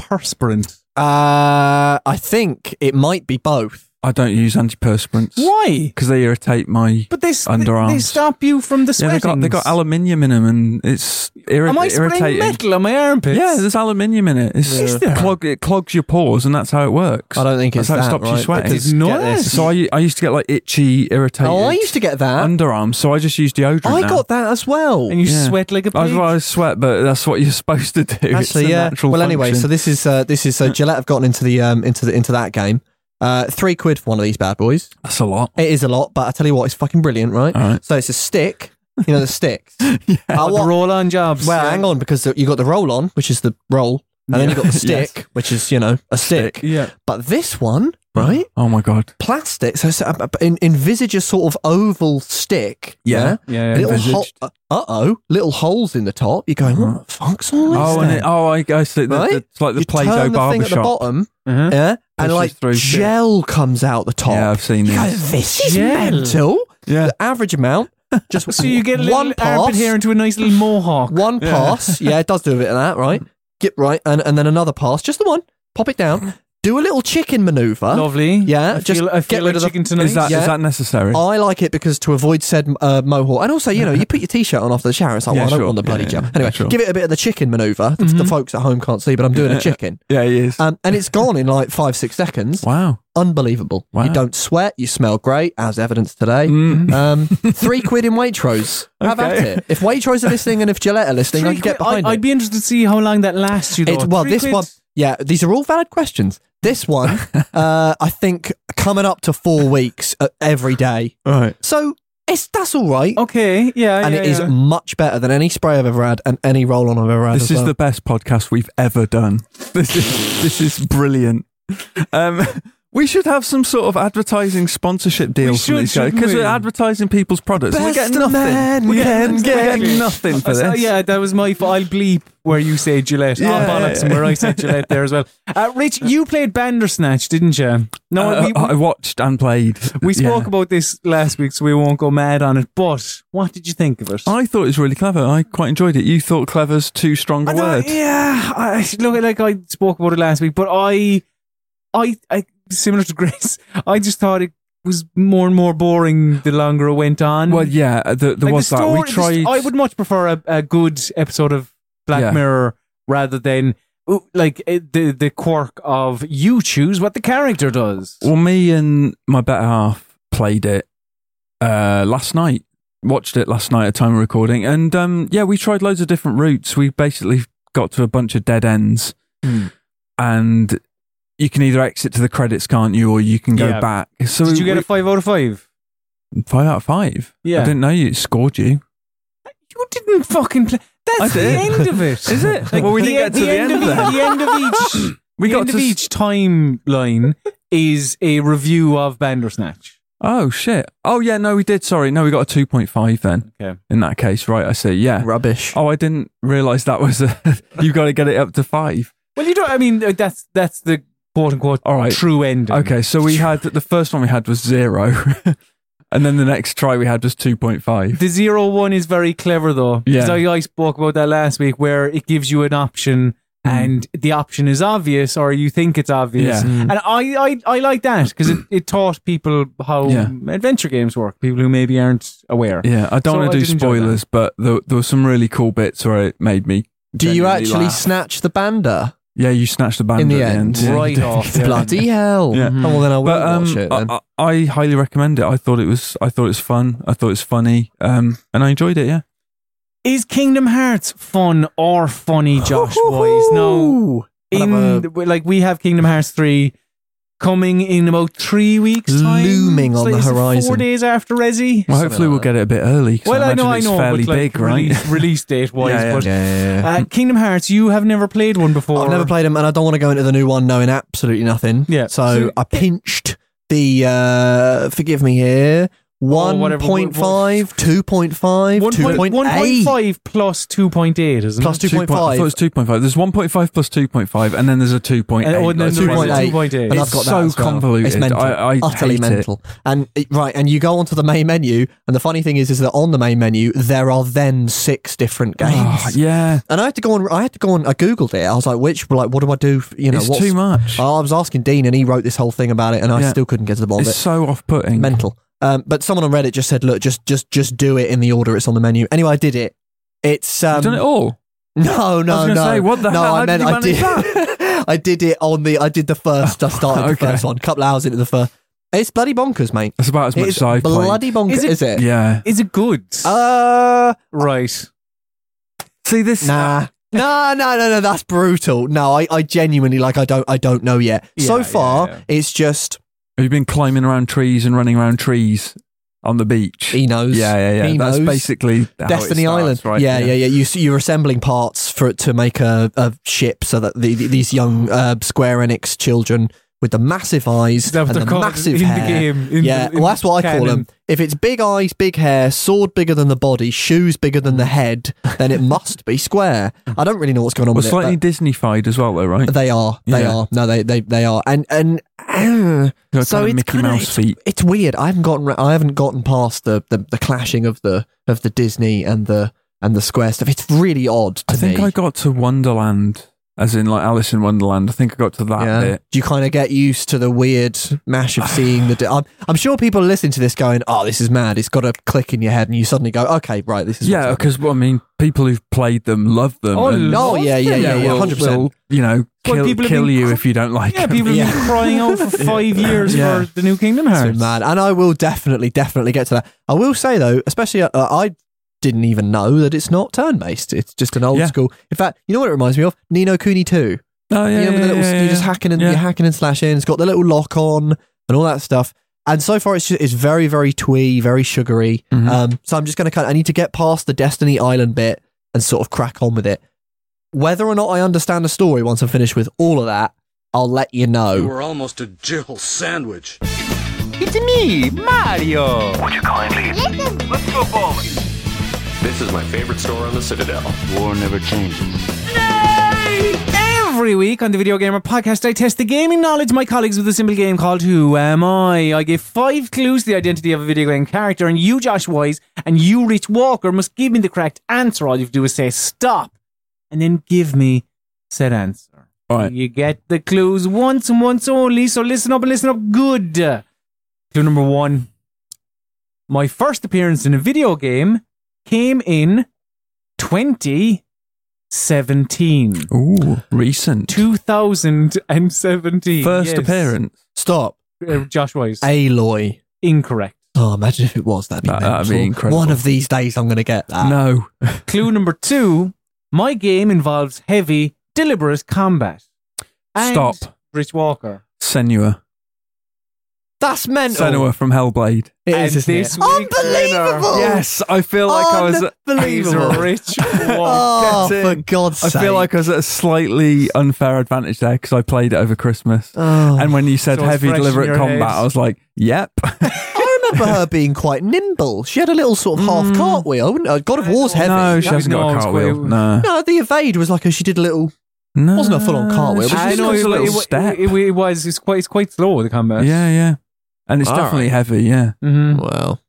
antiperspirant? Uh, I think it might be both. I don't use antiperspirants Why? because they irritate my. But they s- Underarms. they stop you from the Yeah, sweating. they got they got aluminium in them, and it's irri- Am I spraying irritating. metal on my armpits? Yeah, there's aluminium in it. It's Is there? clog, it clogs your pores, and that's how it works. I don't think it's That's how it that. stops you right? sweating. Because It's get not. this. So I, I used to get like itchy, irritated. oh, I used to get that. underarms, so I just use deodorant. I now. got that as well. and you Yeah. sweat like a pig. I, well, I sweat, but that's what you're supposed to do. It's Actually, a yeah. natural well, anyway, so function. this is uh, this is so Gillette have gotten into the um into the into that game. Uh, three quid for one of these bad boys. that's a lot. It is a lot, but I tell you what, it's fucking brilliant, right? All right. So it's a stick. You know the sticks. Oh, Uh, the what- roll-on jobs. well, yeah. hang on, because you got the roll on, which is the roll, and then you got the Yes. stick, which is you know a stick. Yeah. But this one, right? Oh my god. Plastic. So, so uh, in, envisage a sort of oval stick. Yeah. Yeah. Little ho- envisaged. uh oh, little holes in the top. You're going, what the fuck's all this? Oh, and it, oh, I, I see. The, Right? the, it's like the you Play-Doh turn the thing at the barbershop. bottom, Uh-huh. yeah, and Pushes like through shit. gel comes out the top. Yeah, I've seen you go, these. this is Gel. mental. Yeah. The average amount, just So you get a little one pass, armpit hair into a nice little mohawk. one pass. yeah, it does do a bit of that, right? Get right, and, and then another pass, just the one. Pop it down. Do a little chicken maneuver. Lovely. Yeah, I just feel, I feel get like rid of the- chicken tonight. Is that is Yeah. that necessary? I like it because to avoid said uh, mohawk, and also you know you put your t-shirt on after the shower. It's like Yeah, well, I don't sure. want the bloody Yeah, jump. yeah, Anyway, sure. give it a bit of the chicken maneuver. The- Mm-hmm. The folks at home can't see, but I'm doing a chicken, Yeah, it is. um, and it's gone in like five six seconds. wow. Unbelievable! Wow. You don't sweat. You smell great, as evidenced today. Mm. Um, three quid in Waitrose. Have at Okay. it. If Waitrose are listening and if Gillette are listening, I Three can get quid- behind I, it. I'd be interested to see how long that lasts you. Though. It's- well, Three this quid? one, yeah, these are all valid questions. This one, uh, I think, coming up to four weeks uh, every day. All right. So It's that's all right, Okay, Oh, yeah, and yeah, it is yeah. much better than any spray I've ever had and any roll on I've ever had. This as is well. the best podcast we've ever done. This is this is brilliant. Um, we should have some sort of advertising sponsorship deal We from should, these guys shouldn't because we? we're advertising people's products. and we Best get nothing. man we can get, we get get. nothing for I saw- this. yeah, that was my fault. I'll bleep where you say Gillette. Yeah. oh, bollocks, and where I said Gillette there as well. Uh, Rich, you played Bandersnatch, didn't you? No, Uh, we, I watched and played. we Yeah. spoke about this last week, so we won't go mad on it. But what did you think of it? I thought it was really clever. I quite enjoyed it. You thought clever's too strong a I know, word. Yeah, I, I- look, like I spoke about it last week, but I, I, I, similar to Grace, I just thought it was more and more boring the longer it went on. Well, yeah, uh, there, there Like, the was that. We story- the tried. st- I would much prefer a, a good episode of Black Yeah. Mirror rather than ooh, like eh, the the quirk of you choose what the character does. Well, me and my better half played it uh, last night. Watched it last night at time of recording, and um, yeah, we tried loads of different routes. We basically got to a bunch of dead ends, Hmm. and you can either exit to the credits, can't you, or you can go Yeah. back. So Did you get we- a five out of five? five out of five? Yeah. I didn't know you it scored you. You didn't fucking play. I That's the did. end of it. Is it? Like, well, we didn't get to the, end, of e- that. The end of each. We the got end to of s- each timeline is a review of Bandersnatch. Oh shit! Oh yeah, no, we did. Sorry, no, we got a two point five then. Okay. In that case, right? I see. Yeah. rubbish. Oh, I didn't realise that was a. you got to get it up to five. Well, you don't. I mean, uh, that's that's the quote unquote All right. true ending. Okay, so we had the first one we had was zero, and then the next try we had was two point five. The zero one is very clever though. Yeah. Because I, I spoke about that last week where it gives you an option and the option is obvious or you think it's obvious. Yeah. And I, I, I like that because it, it taught people how Yeah. adventure games work, people who maybe aren't aware. Yeah, I don't So want I to do did enjoy that. spoilers, but there, there were some really cool bits where it made me. Do you genuinely actually laugh. snatch the bander? yeah, you snatched the band In the at end, the end. Oh, Yeah, right you did. off. Yeah. Bloody hell! Yeah. Oh, well, then I will But watch it. um, Then. I, I I highly recommend it. I thought it was I thought it was fun. I thought it was funny, um, and I enjoyed it. Yeah. Is Kingdom Hearts fun or funny, Josh Wise? No. I'll In, have like, we have Kingdom Hearts 3 coming in about three weeks' time. Looming on So the is it Four horizon. days after Resi? Well, Something hopefully like we'll that. get it a bit early. 'cause Well, I, know, imagine I it's know, fairly but like, big, right? Release, release date wise, Yeah, yeah. but Yeah. uh, Kingdom Hearts, you have never played one before. I've never played them, and I don't want to go into the new one knowing absolutely nothing. Yeah. So, So- I pinched the uh forgive me here. Oh, whatever, 1.5, 2.5, 2.8. 1.5 plus 2.8, isn't Plus it? 2.5. I thought it was 2.5. There's 1.5 plus 2.5, and then there's a 2.8. And- oh, and then That's there right. was a 2.8. 2.8. And It's I've got that so as well. convoluted. It's mental. I- I utterly hate it. mental. And it, right, and you go onto the main menu, and the funny thing is, is that on the main menu there are then six different games. Oh, yeah. And I had to go on. I had to go on. I googled it. I was like, which, like, what do I do? f- You know, It's what's- too much. I was asking Dean, and he wrote this whole thing about it, and I Yeah. still couldn't get to the bottom It's of it. so off putting. mental. Um, but someone on Reddit just said, "Look, just just just do it in the order it's on the menu." Anyway, I did it. It's um, You've done it all. no, no, I was no. gonna say, what the no, hell? I How meant I did did. you manage Oh, I did it on the. I did the first. I started the Okay. first one. Couple hours into the first. It's bloody bonkers, mate. That's about as much It's as I played. bloody bonkers, Is is it? it- Yeah. Is it good? Uh, right. See this? nah. No, no, no, no. That's brutal. No, I, I genuinely like. I don't, I don't know yet. Yeah, so yeah, far, yeah. it's just Have you been climbing around trees and running around trees on the beach? he knows. yeah, yeah, yeah. He That's knows. basically how it Destiny starts, Island, right? Yeah, yeah, yeah. You s- you're assembling parts for it to make a, a ship so that the, the- these young uh, Square Enix children with the massive eyes Is that and what they're the called massive in hair. the game? In yeah, the, in well, that's the what I call canon? them. If it's big eyes, big hair, sword bigger than the body, shoes bigger than the head, then it must be square. I don't really know what's going on Well, with it. slightly but Disney-fied as well, though, right? They are. They Yeah. are. No, they they, they are. And and uh, Got so kind of it's Mickey kinda- Mouse feet. it's weird. I haven't gotten ra- I haven't gotten past the, the, the clashing of the of the Disney and the and the Square stuff. It's really odd to I think me. I got to Wonderland, as in like Alice in Wonderland. I think I got to that Yeah. bit. Do you kind of get used to the weird mash of seeing the? Di- I'm, I'm sure people listen to this going, "Oh, this is mad." It's got a click in your head, and you suddenly go, "Okay, right, this is." what's Yeah, happening." because well, I mean, people who've played them love them. Oh, and- no, Well, yeah, yeah, yeah, yeah, yeah, will- hundred percent. will, You know, Well, kill, people have kill been you cr- if you don't like Yeah, them. people have Yeah. been crying out for five years Yeah. for the new Kingdom So Hearts. mad, and I will definitely, definitely get to that. I will say though, especially uh, I didn't even know that it's not turn based. It's just an old Yeah. school. In fact, you know what it reminds me of? Nino Cooney two. Oh, yeah, you yeah, remember the little, yeah, you're yeah. just hacking and Yeah. you're hacking and slashing. It's got the little lock on and all that stuff. And so far, it's just, it's very very twee, very sugary. Mhm. Um, so I'm just going to kind of I need to get past the Destiny Island bit and sort of crack on with it. Whether or not I understand the story once I'm finished with all of that, I'll let you know. You were almost a Jill sandwich. This is my favorite store on the Citadel. Every week on the Video Gamer Podcast, I test the gaming knowledge of my colleagues with a simple game called Who Am I? I give five clues to the identity of a video game character, and you, Josh Wise, and you, Rich Walker, must give me the correct answer. All you have to do is say stop, and then give me said answer. Right. You get the clues once and once only, so listen up and listen up good. Clue number one My first appearance in a video game came in 2017. Ooh, recent. 2017. First yes. appearance. Stop, Uh, Josh Wise. Aloy. Incorrect. Oh, imagine if it was. That'd be, That- that'd be mental. incredible. One of these days, I'm going to get Ah. that. no. Clue number two my game involves heavy, deliberate combat. And Stop. Rich Walker. Senua. That's mental. Senua from Hellblade. It And is, isn't this it? week's Unbelievable. winner- Yes, I feel like I was. He's Unbelievable. Rich Walker. Oh, Get for in. God's I sake. feel like I was at a slightly unfair advantage there because I played it over Christmas. Oh. And when you said So it's heavy fresh in deliberate your combat, head. Oh, I was like, yep. I remember her being quite nimble. She had a little sort of half cartwheel. wouldn't- uh, God of War's heavy. Mm. no, she That hasn't was got a Noel's cartwheel. way- No. No, the evade was like a, she did a little. no. wasn't a full-on cartwheel, She but I just know does it, a little it, it- step. it- it was. It's quite. It's quite slow. The combat. yeah, yeah. And it's All definitely right. heavy, yeah. Mhm. Well,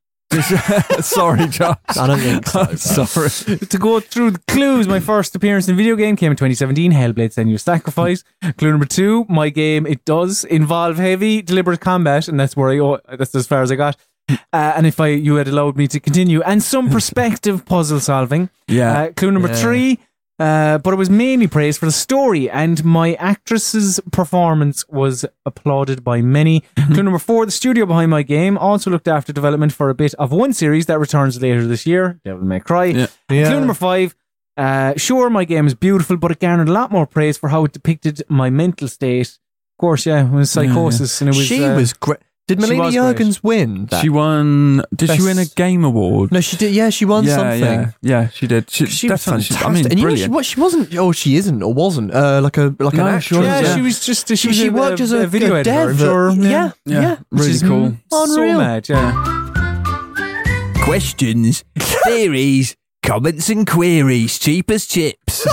Sorry, Josh. Uh, I don't think so. I'm sorry. To go through the clues, my first appearance in video game came in 2017. Hellblade: Senua's Sacrifice. Clue number two: my game it does involve heavy, deliberate combat, and that's where I. Oh, that's as far as I got. Uh, and if I you had allowed me to continue, and some perspective puzzle solving. Yeah. Uh, clue number Yeah. three. Uh, but it was mainly praised for the story, and my actress's performance was applauded by many. Clue number four: the studio behind my game also looked after development for a bit of one series that returns later this year, Devil May Cry. Yeah. Clue number five: uh, sure, my game is beautiful, but it garnered a lot more praise for how it depicted my mental state. Of course, yeah, it was Yeah, yeah. psychosis, and it was she uh, was great. Did she Melina was great. Jurgens win? That? she won. Did she win a Best- game award? no, she did. Yeah, she won yeah, something. yeah, yeah. She did. She, She was definitely. fantastic. I mean, and you know, she, brilliant. what, she wasn't, or she isn't, or wasn't, uh, like a like No, an actress. she wasn't, yeah, yeah. she was just she, She, was she a- worked as a, a video a editor. I'm dev. sure. yeah, yeah. Which really is cool. Unreal. So mad, yeah. Questions, theories, comments, and queries. Cheap as chips.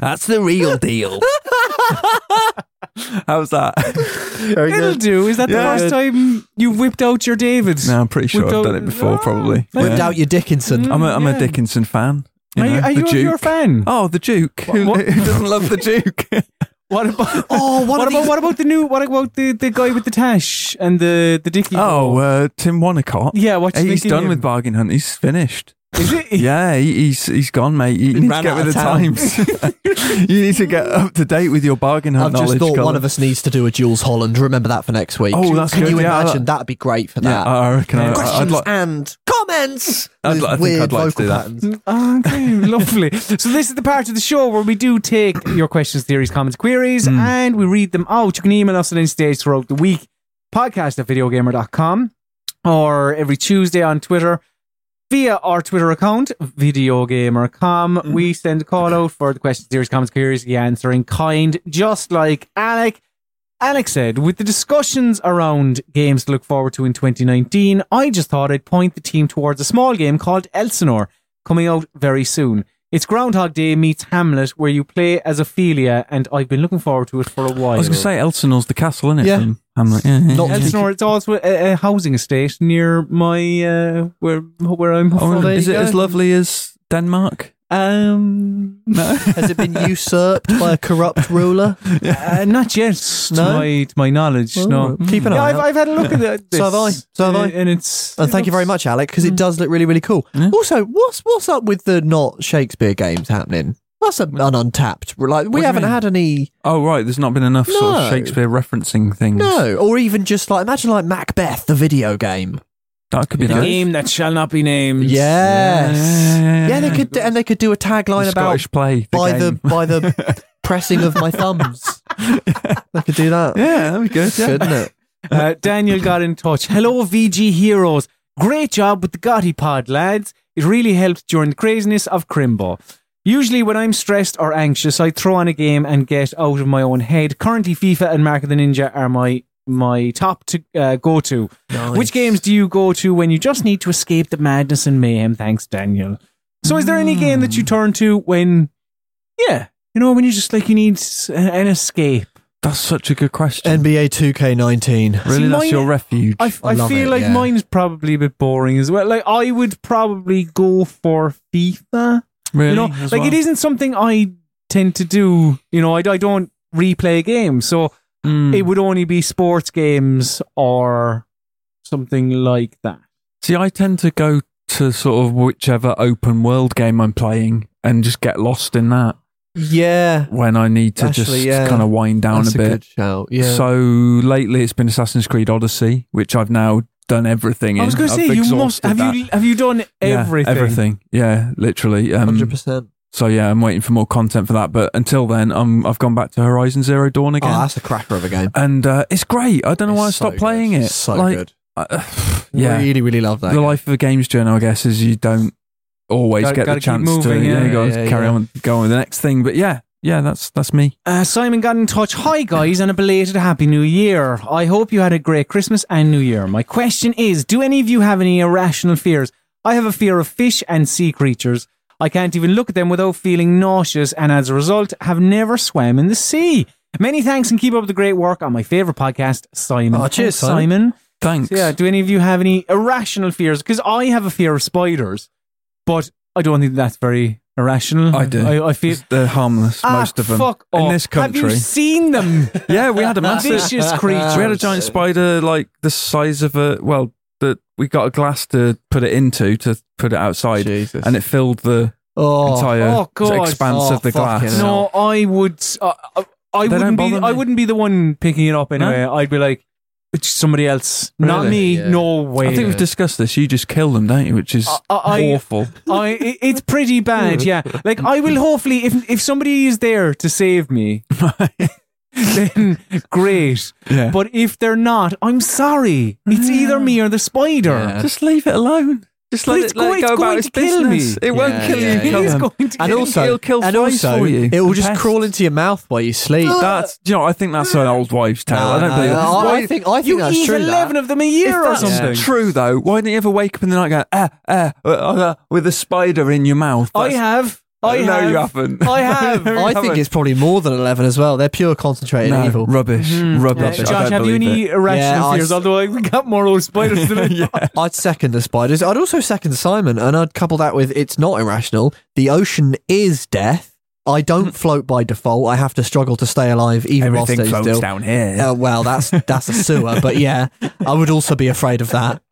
That's the real deal. How's that? It'll do. Is that Yeah. the first time you whipped out your David? No, I'm pretty sure We've I've done- done it before, probably. Whipped Yeah. Mm. out your Dickinson. I'm a, I'm Yeah. a Dickinson fan. You Are you, know, are the you Duke. you're a fan? Oh, the Duke. Who, What- who doesn't love the Duke? What about Oh, one what of about these- what about the new? What about the, the guy with the tash and the the dicky? oh, uh, Tim Wannacott. yeah. What you Hey, he's thinking done of? with Bargain Hunt. He's finished. Is it? Yeah, he, he's he's gone, mate. You need to ran get out with the of town. times. you need to get up to date with your Bargain I've Hunt just knowledge. thought Colin. one of us needs to do a Jules Holland. Remember that for next week. Oh, that's Can good, you yeah, imagine? That'd be great for Yeah, that. I reckon. I, I- Uh, I'd Questions like. and comments. I'd with like- I think weird I'd like to vocal do that. patterns. Oh, okay, lovely. So this is the part of the show where we do take your questions, theories, comments, queries, and we read them out. You can email us at any stage throughout the week, podcast at videogamer.com, or every Tuesday on Twitter via our Twitter account, videogamer.com. Mm-hmm. We send a call out for the questions, theories, comments, queries, the answer in kind, just like Alec. Alex said, with the discussions around games to look forward to in 2019, I just thought I'd point the team towards a small game called Elsinore, coming out very soon. It's Groundhog Day meets Hamlet, where you play as Ophelia, and I've been looking forward to it for a while. I was going to say Elsinore's the castle, isn't it? Yeah. from Hamlet. Yeah, yeah, Not yeah. Elsinore, it's also a, a housing estate near my uh, where where I'm I Oh, from. wonder- Oh, is it as lovely as Denmark? Um, Has it been usurped by a corrupt ruler? uh, not yet. No? to my to my knowledge, no. Oh, Keep an Yeah, eye I've, out. I've had a look at it. So have I. So have I. And it's And it thank you very much, looks- Alec, because it does look really, really cool. Also, what's what's up with the not Shakespeare games happening? That's a, an untapped. we're Like do we you haven't mean? had any, Oh right, there's not been enough sort No. of Shakespeare referencing things. no, or even just like imagine like Macbeth, the video game. That could be You The know? nice. game that shall not be named. Yes. Yeah, they could, and they could do a The tagline about Scottish play the by the game. by the pressing of my thumbs. they could do that, yeah, that'd be good. Yeah. couldn't it? Uh, Daniel got in touch. Hello, VG Heroes. Great job with the Gotti Pod, lads. It really helped during the craziness of Crimbo. Usually, when I'm stressed or anxious, I throw on a game and get out of my own head. Currently, FIFA and Mark of the Ninja are my my top to uh, go to. Which games do you go to when you just need to escape the madness and mayhem? Thanks, Daniel. So, is there any game that you turn to when, yeah, you know, when you just like you need s- an, an escape? That's such a good question. NBA 2K19. really, See, that's mine- your refuge. I, f- I I love feel it, like yeah. mine's probably a bit boring as well. Like I would probably go for FIFA. really, you know, as like well? it isn't something I tend to do. You know, I, I don't replay games, so Mm. it would only be sports games or something like that. See, I tend to go to sort of whichever open world game I'm playing and just get lost in that Yeah, when I need to Actually, just yeah. kind of wind down that's a bit. good shout. Yeah, So lately, it's been Assassin's Creed Odyssey, which I've now done everything in. I was going to I've say you must exhausted have that. you have you done Yeah, everything? everything. Yeah, literally. Um, 100%. so yeah, I'm waiting for more content for that. But until then, um, I've gone back to Horizon Zero Dawn again. Oh, that's a cracker of a game. and uh, it's great. I don't know why I It's so stopped playing good. it. So like, good. I- yeah, Really, really love that. the uh, game. life of a games journal, I guess, is you don't always Gotta- get gotta the keep chance moving, to yeah. yeah, you gotta Yeah, carry yeah. on, go on with the next thing. But yeah, yeah, that's that's me. Uh, Simon got in touch. Hi, guys, and a belated Happy New Year. I hope you had a great Christmas and New Year. My question is Do any of you have any irrational fears? I have a fear of fish and sea creatures. I can't even look at them without feeling nauseous, and as a result, have never swam in the sea. Many thanks and keep up the great work on my favourite podcast, Simon. Oh, cheers, Thanks, Simon. Thanks. So, yeah, do any of you have any irrational fears? Because I have a fear of spiders, but I don't think that's very irrational. I do. I, I feel. They're harmless, Ah, most of them. Fuck in off. this country. Have you seen them? Yeah, we had a massive. Vicious creatures. we had a giant spider like the size of a well. That we got a glass to put it into to put it outside, Jesus. and it filled the oh, entire oh, God. expanse Oh, of the fucking glass. hell. no, I would. Uh, I- I They don't wouldn't be. bother me. I wouldn't be the one picking it up anyway. I'd be like, it's somebody else, not Really? me. Yeah. No way. I think we've discussed this. You just kill them, don't you? Which is I- I- awful. I- it- it's pretty bad. Yeah, like I will hopefully if if somebody is there to save me, then great. Yeah. But if they're not, I'm sorry. It's either me or the spider. Yeah. Just leave it alone. Just But let it's it, let go- it it's go going about its to kill me. business. It won't Yeah, kill yeah, you. yeah. It Kill is them. going to And kill also, me. It'll kill and flies also, for you. it will The just pests. crawl into your mouth while you sleep. That's do you know, I think that's an old wives' tale. I don't No, believe no, that. I- Why- I think I think you that's eat true. eleven that. of them a year or If that's something. true though, why didn't you ever wake up in the night going, ah, ah, uh, uh, with a spider in your mouth? I That's- have. I No, have. you haven't. I have. I think it's probably more than eleven as well. They're pure concentrated no, evil. rubbish, Yeah, rubbish. I Josh, don't have you believe any it. Yeah, irrational I fears? s- Although we got more old spiders than yeah. I'd second the spiders. I'd also second Simon, and I'd couple that with it's not irrational. The ocean is death. I don't float by default. I have to struggle to stay alive even while Everything staying floats still. down here. Uh, well, that's that's a sewer, but yeah, I would also be afraid of that.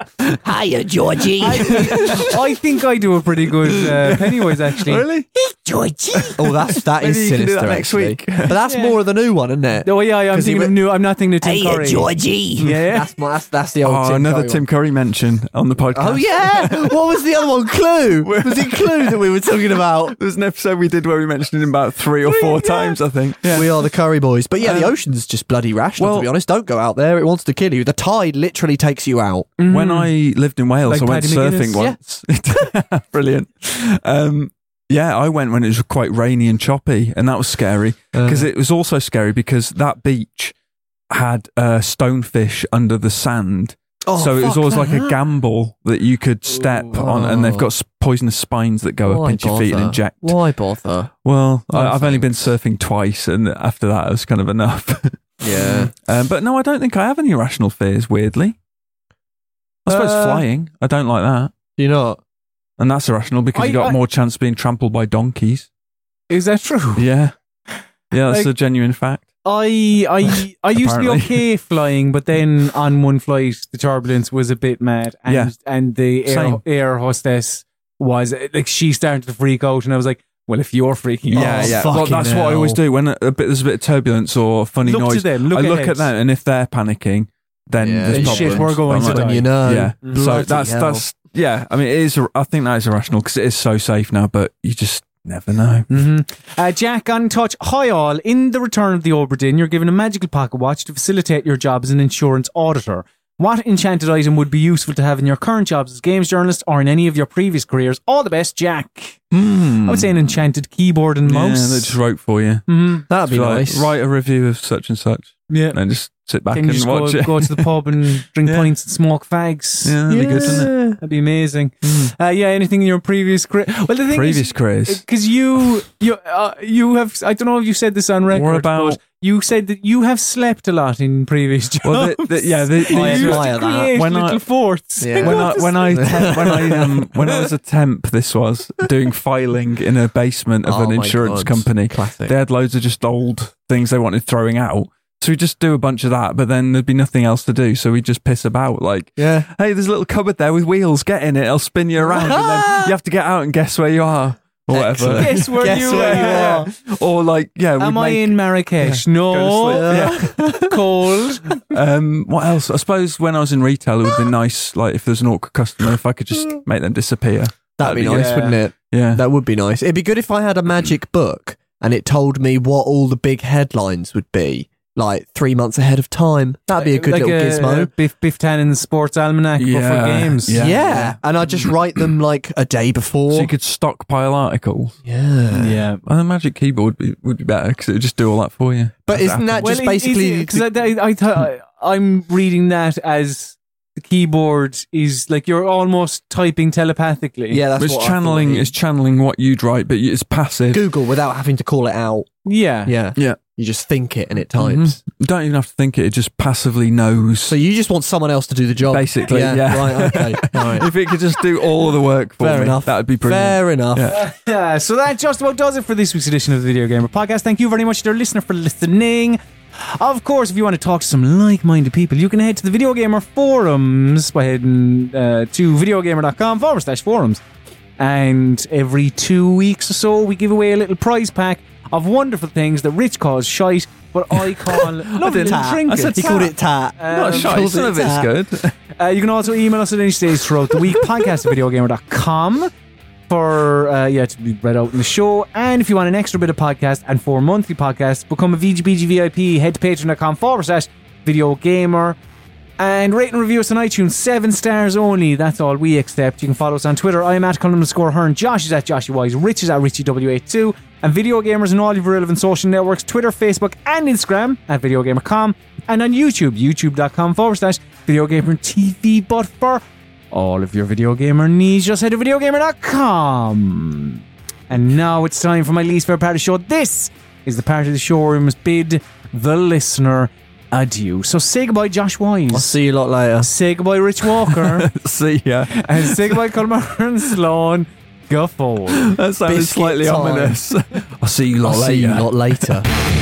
Hiya, Georgie. I think I do a pretty good uh, Pennywise actually. Oh, really? Georgie. Oh, that's that is Maybe you sinister. can do that next actually. week. but that's more of the new one, isn't it? Oh yeah, yeah, I'm 'Cause he thinking of went- new. I'm not thinking of Tim Curry. Georgie. Yeah. that's my, that's, that's the old. Oh, Tim another Curry one. Tim Curry mention on the podcast. Oh yeah. what was the other one? Clue. Was it Clue that we were talking about? There's an episode we did where we mentioned him about three or four times, I think. We are the curry boys. But yeah, the Um, ocean's just bloody rational, well- to be honest. Don't go out there. It wants to kill you. The tide literally takes you out. When Mm. I lived in Wales, Like I went Paddy surfing once. Brilliant. Um, yeah, I went when it was quite rainy and choppy, and that was scary Uh. because it was also scary because that beach had uh, stonefish under the sand. Oh, so it was fuck always like that. a gamble that you could step on, and they've got s- poisonous spines that go up Why into your feet and Oh, bother? inject. Why bother? Well, I, No I've only been surfing twice, and after that, it was kind of enough. Yeah. um, but no, I don't think I have any irrational fears, weirdly. I suppose Uh, flying, I don't like that. You know. And that's irrational because I- you got I- more chance of being trampled by donkeys. Is that true? Yeah. Yeah, that's Like- a genuine fact. I I I used to be Apparently. okay flying, but then on one flight the turbulence was a bit mad, and Yeah. and the air, Same. air hostess was like she started to freak out, and I was like, well, if you're freaking out, yeah. Well, fucking that's what I always hell. do when a, a bit, there's a bit of turbulence or funny look noise. to them, look, I look ahead. at them, and if they're panicking, then Yeah. there's Then problems. shit, we're going I'm to like, when die. you know. yeah. So Bloody that's hell. that's yeah. I mean, it is. I think that is irrational because it is so safe now, but you just never know. hmm Uh, Jack on touch. Hi all. In the Return of the Obra Dinn, you're given a magical pocket watch to facilitate your job as an insurance auditor. What enchanted item would be useful to have in your current jobs as games journalist or in any of your previous careers? All the best, Jack. I would say an enchanted keyboard and Hmm. Yeah, mouse. they just wrote for you. Mhm. That'd be Just like, nice. Write a review of such and such, yeah. and then just sit back Can you and just watch go, it. go to the pub and drink Yeah. pints and smoke fags? Yeah, that'd be good, wouldn't it? Hmm. That'd be amazing. Uh, yeah, anything in your previous career? Well, the thing Previous is, careers. because Uh, you you uh, you have I don't know if you said this on record. What about- but you said that you have slept a lot in previous jobs. Well, the, the, yeah, the, Oh, I the, you used admire to that. create When I- little forts. Yeah. when I when I temp, when I um, when I was a temp, this was doing filing in a basement of Oh an my insurance God. company. Classic. They had loads of just old things they wanted throwing out. So we just do a bunch of that, but then there'd be nothing else to do. So we just piss about, like, yeah. hey, there's a little cupboard there with wheels. Get in it. I'll spin you around, and then you have to get out and guess where you are, or whatever. Excellent. Guess where Guess you where are. you Or like, yeah, Am we'd I make- in Marrakesh? No. go to Cold. Um, what else? I suppose when I was in retail, it would be nice, like if there's an awkward customer, if I could just make them disappear. That'd be That'd be nice, good. wouldn't it? Yeah, That would be nice. It'd be good if I had a magic book and it told me what all the big headlines would be, like three months ahead of time. That'd be a good Like little gizmo. Biff Biff Tannen's sports almanac but for Yeah. games. Yeah. Yeah. And I'd just write them like a day before. so you could stockpile articles. yeah. Yeah. And the magic keyboard would be, would be better because it would just do all that for you. But isn't that just it- is basically. it- 'cause I, I, I th- I- I'm reading that as the keyboard is like you're almost typing telepathically. yeah, that's it's what I channeling, thought. it's channeling what you'd write, but it's passive. Google without having to call it out. yeah, Yeah. Yeah. Mm-hmm. You just think it and it types. You don't even have to think it; it just passively knows. So you just want someone else to do the job. Basically, Yeah. yeah. Right. Okay. All right. if it could just do all of the work for Fair me, enough. that would be brilliant. Fair enough. Yeah. Yeah, so that just about does it for this week's edition of the Video Gamer Podcast. Thank you very much, dear listener, for listening. Of course, if you want to talk to some like minded people, you can head to the Video Gamer forums by heading uh, to videogamer.com forward slash forums. And every two weeks or so, we give away a little prize pack of wonderful things that Rich calls shite, but I call lovely didn't. little I trinkets. said He called it tat. Not Um, shy. Some of it's good. Uh, you can also email us at any stage throughout the week, podcast at videogamer.com for, uh, yeah, to be read out in the show. And if you want an extra bit of podcast and four monthly podcasts, become a VGBG VIP, head to patreon.com forward slash videogamer. And rate and review us on iTunes, seven stars only. That's all we accept. You can follow us on Twitter. I am at Colin underscore Hearn. Josh is at Joshy Wise. Rich is at Richie W82. And video gamers on all of your relevant social networks Twitter, Facebook, and Instagram at videogamer.com. And on YouTube, youtube.com forward slash videogamer TV. But for all of your video gamer needs, just head to videogamer.com. And now it's time for my least favorite part of the show. This is the part of the show where we must bid the listener adieu. So say goodbye, Josh Wise. I'll see you lot later. Say goodbye, Rich Walker. See ya. and say goodbye, Colmar Sloan Gufford. That sounded Biscuit slightly time. ominous. I'll see you I'll lot see you later. lot later.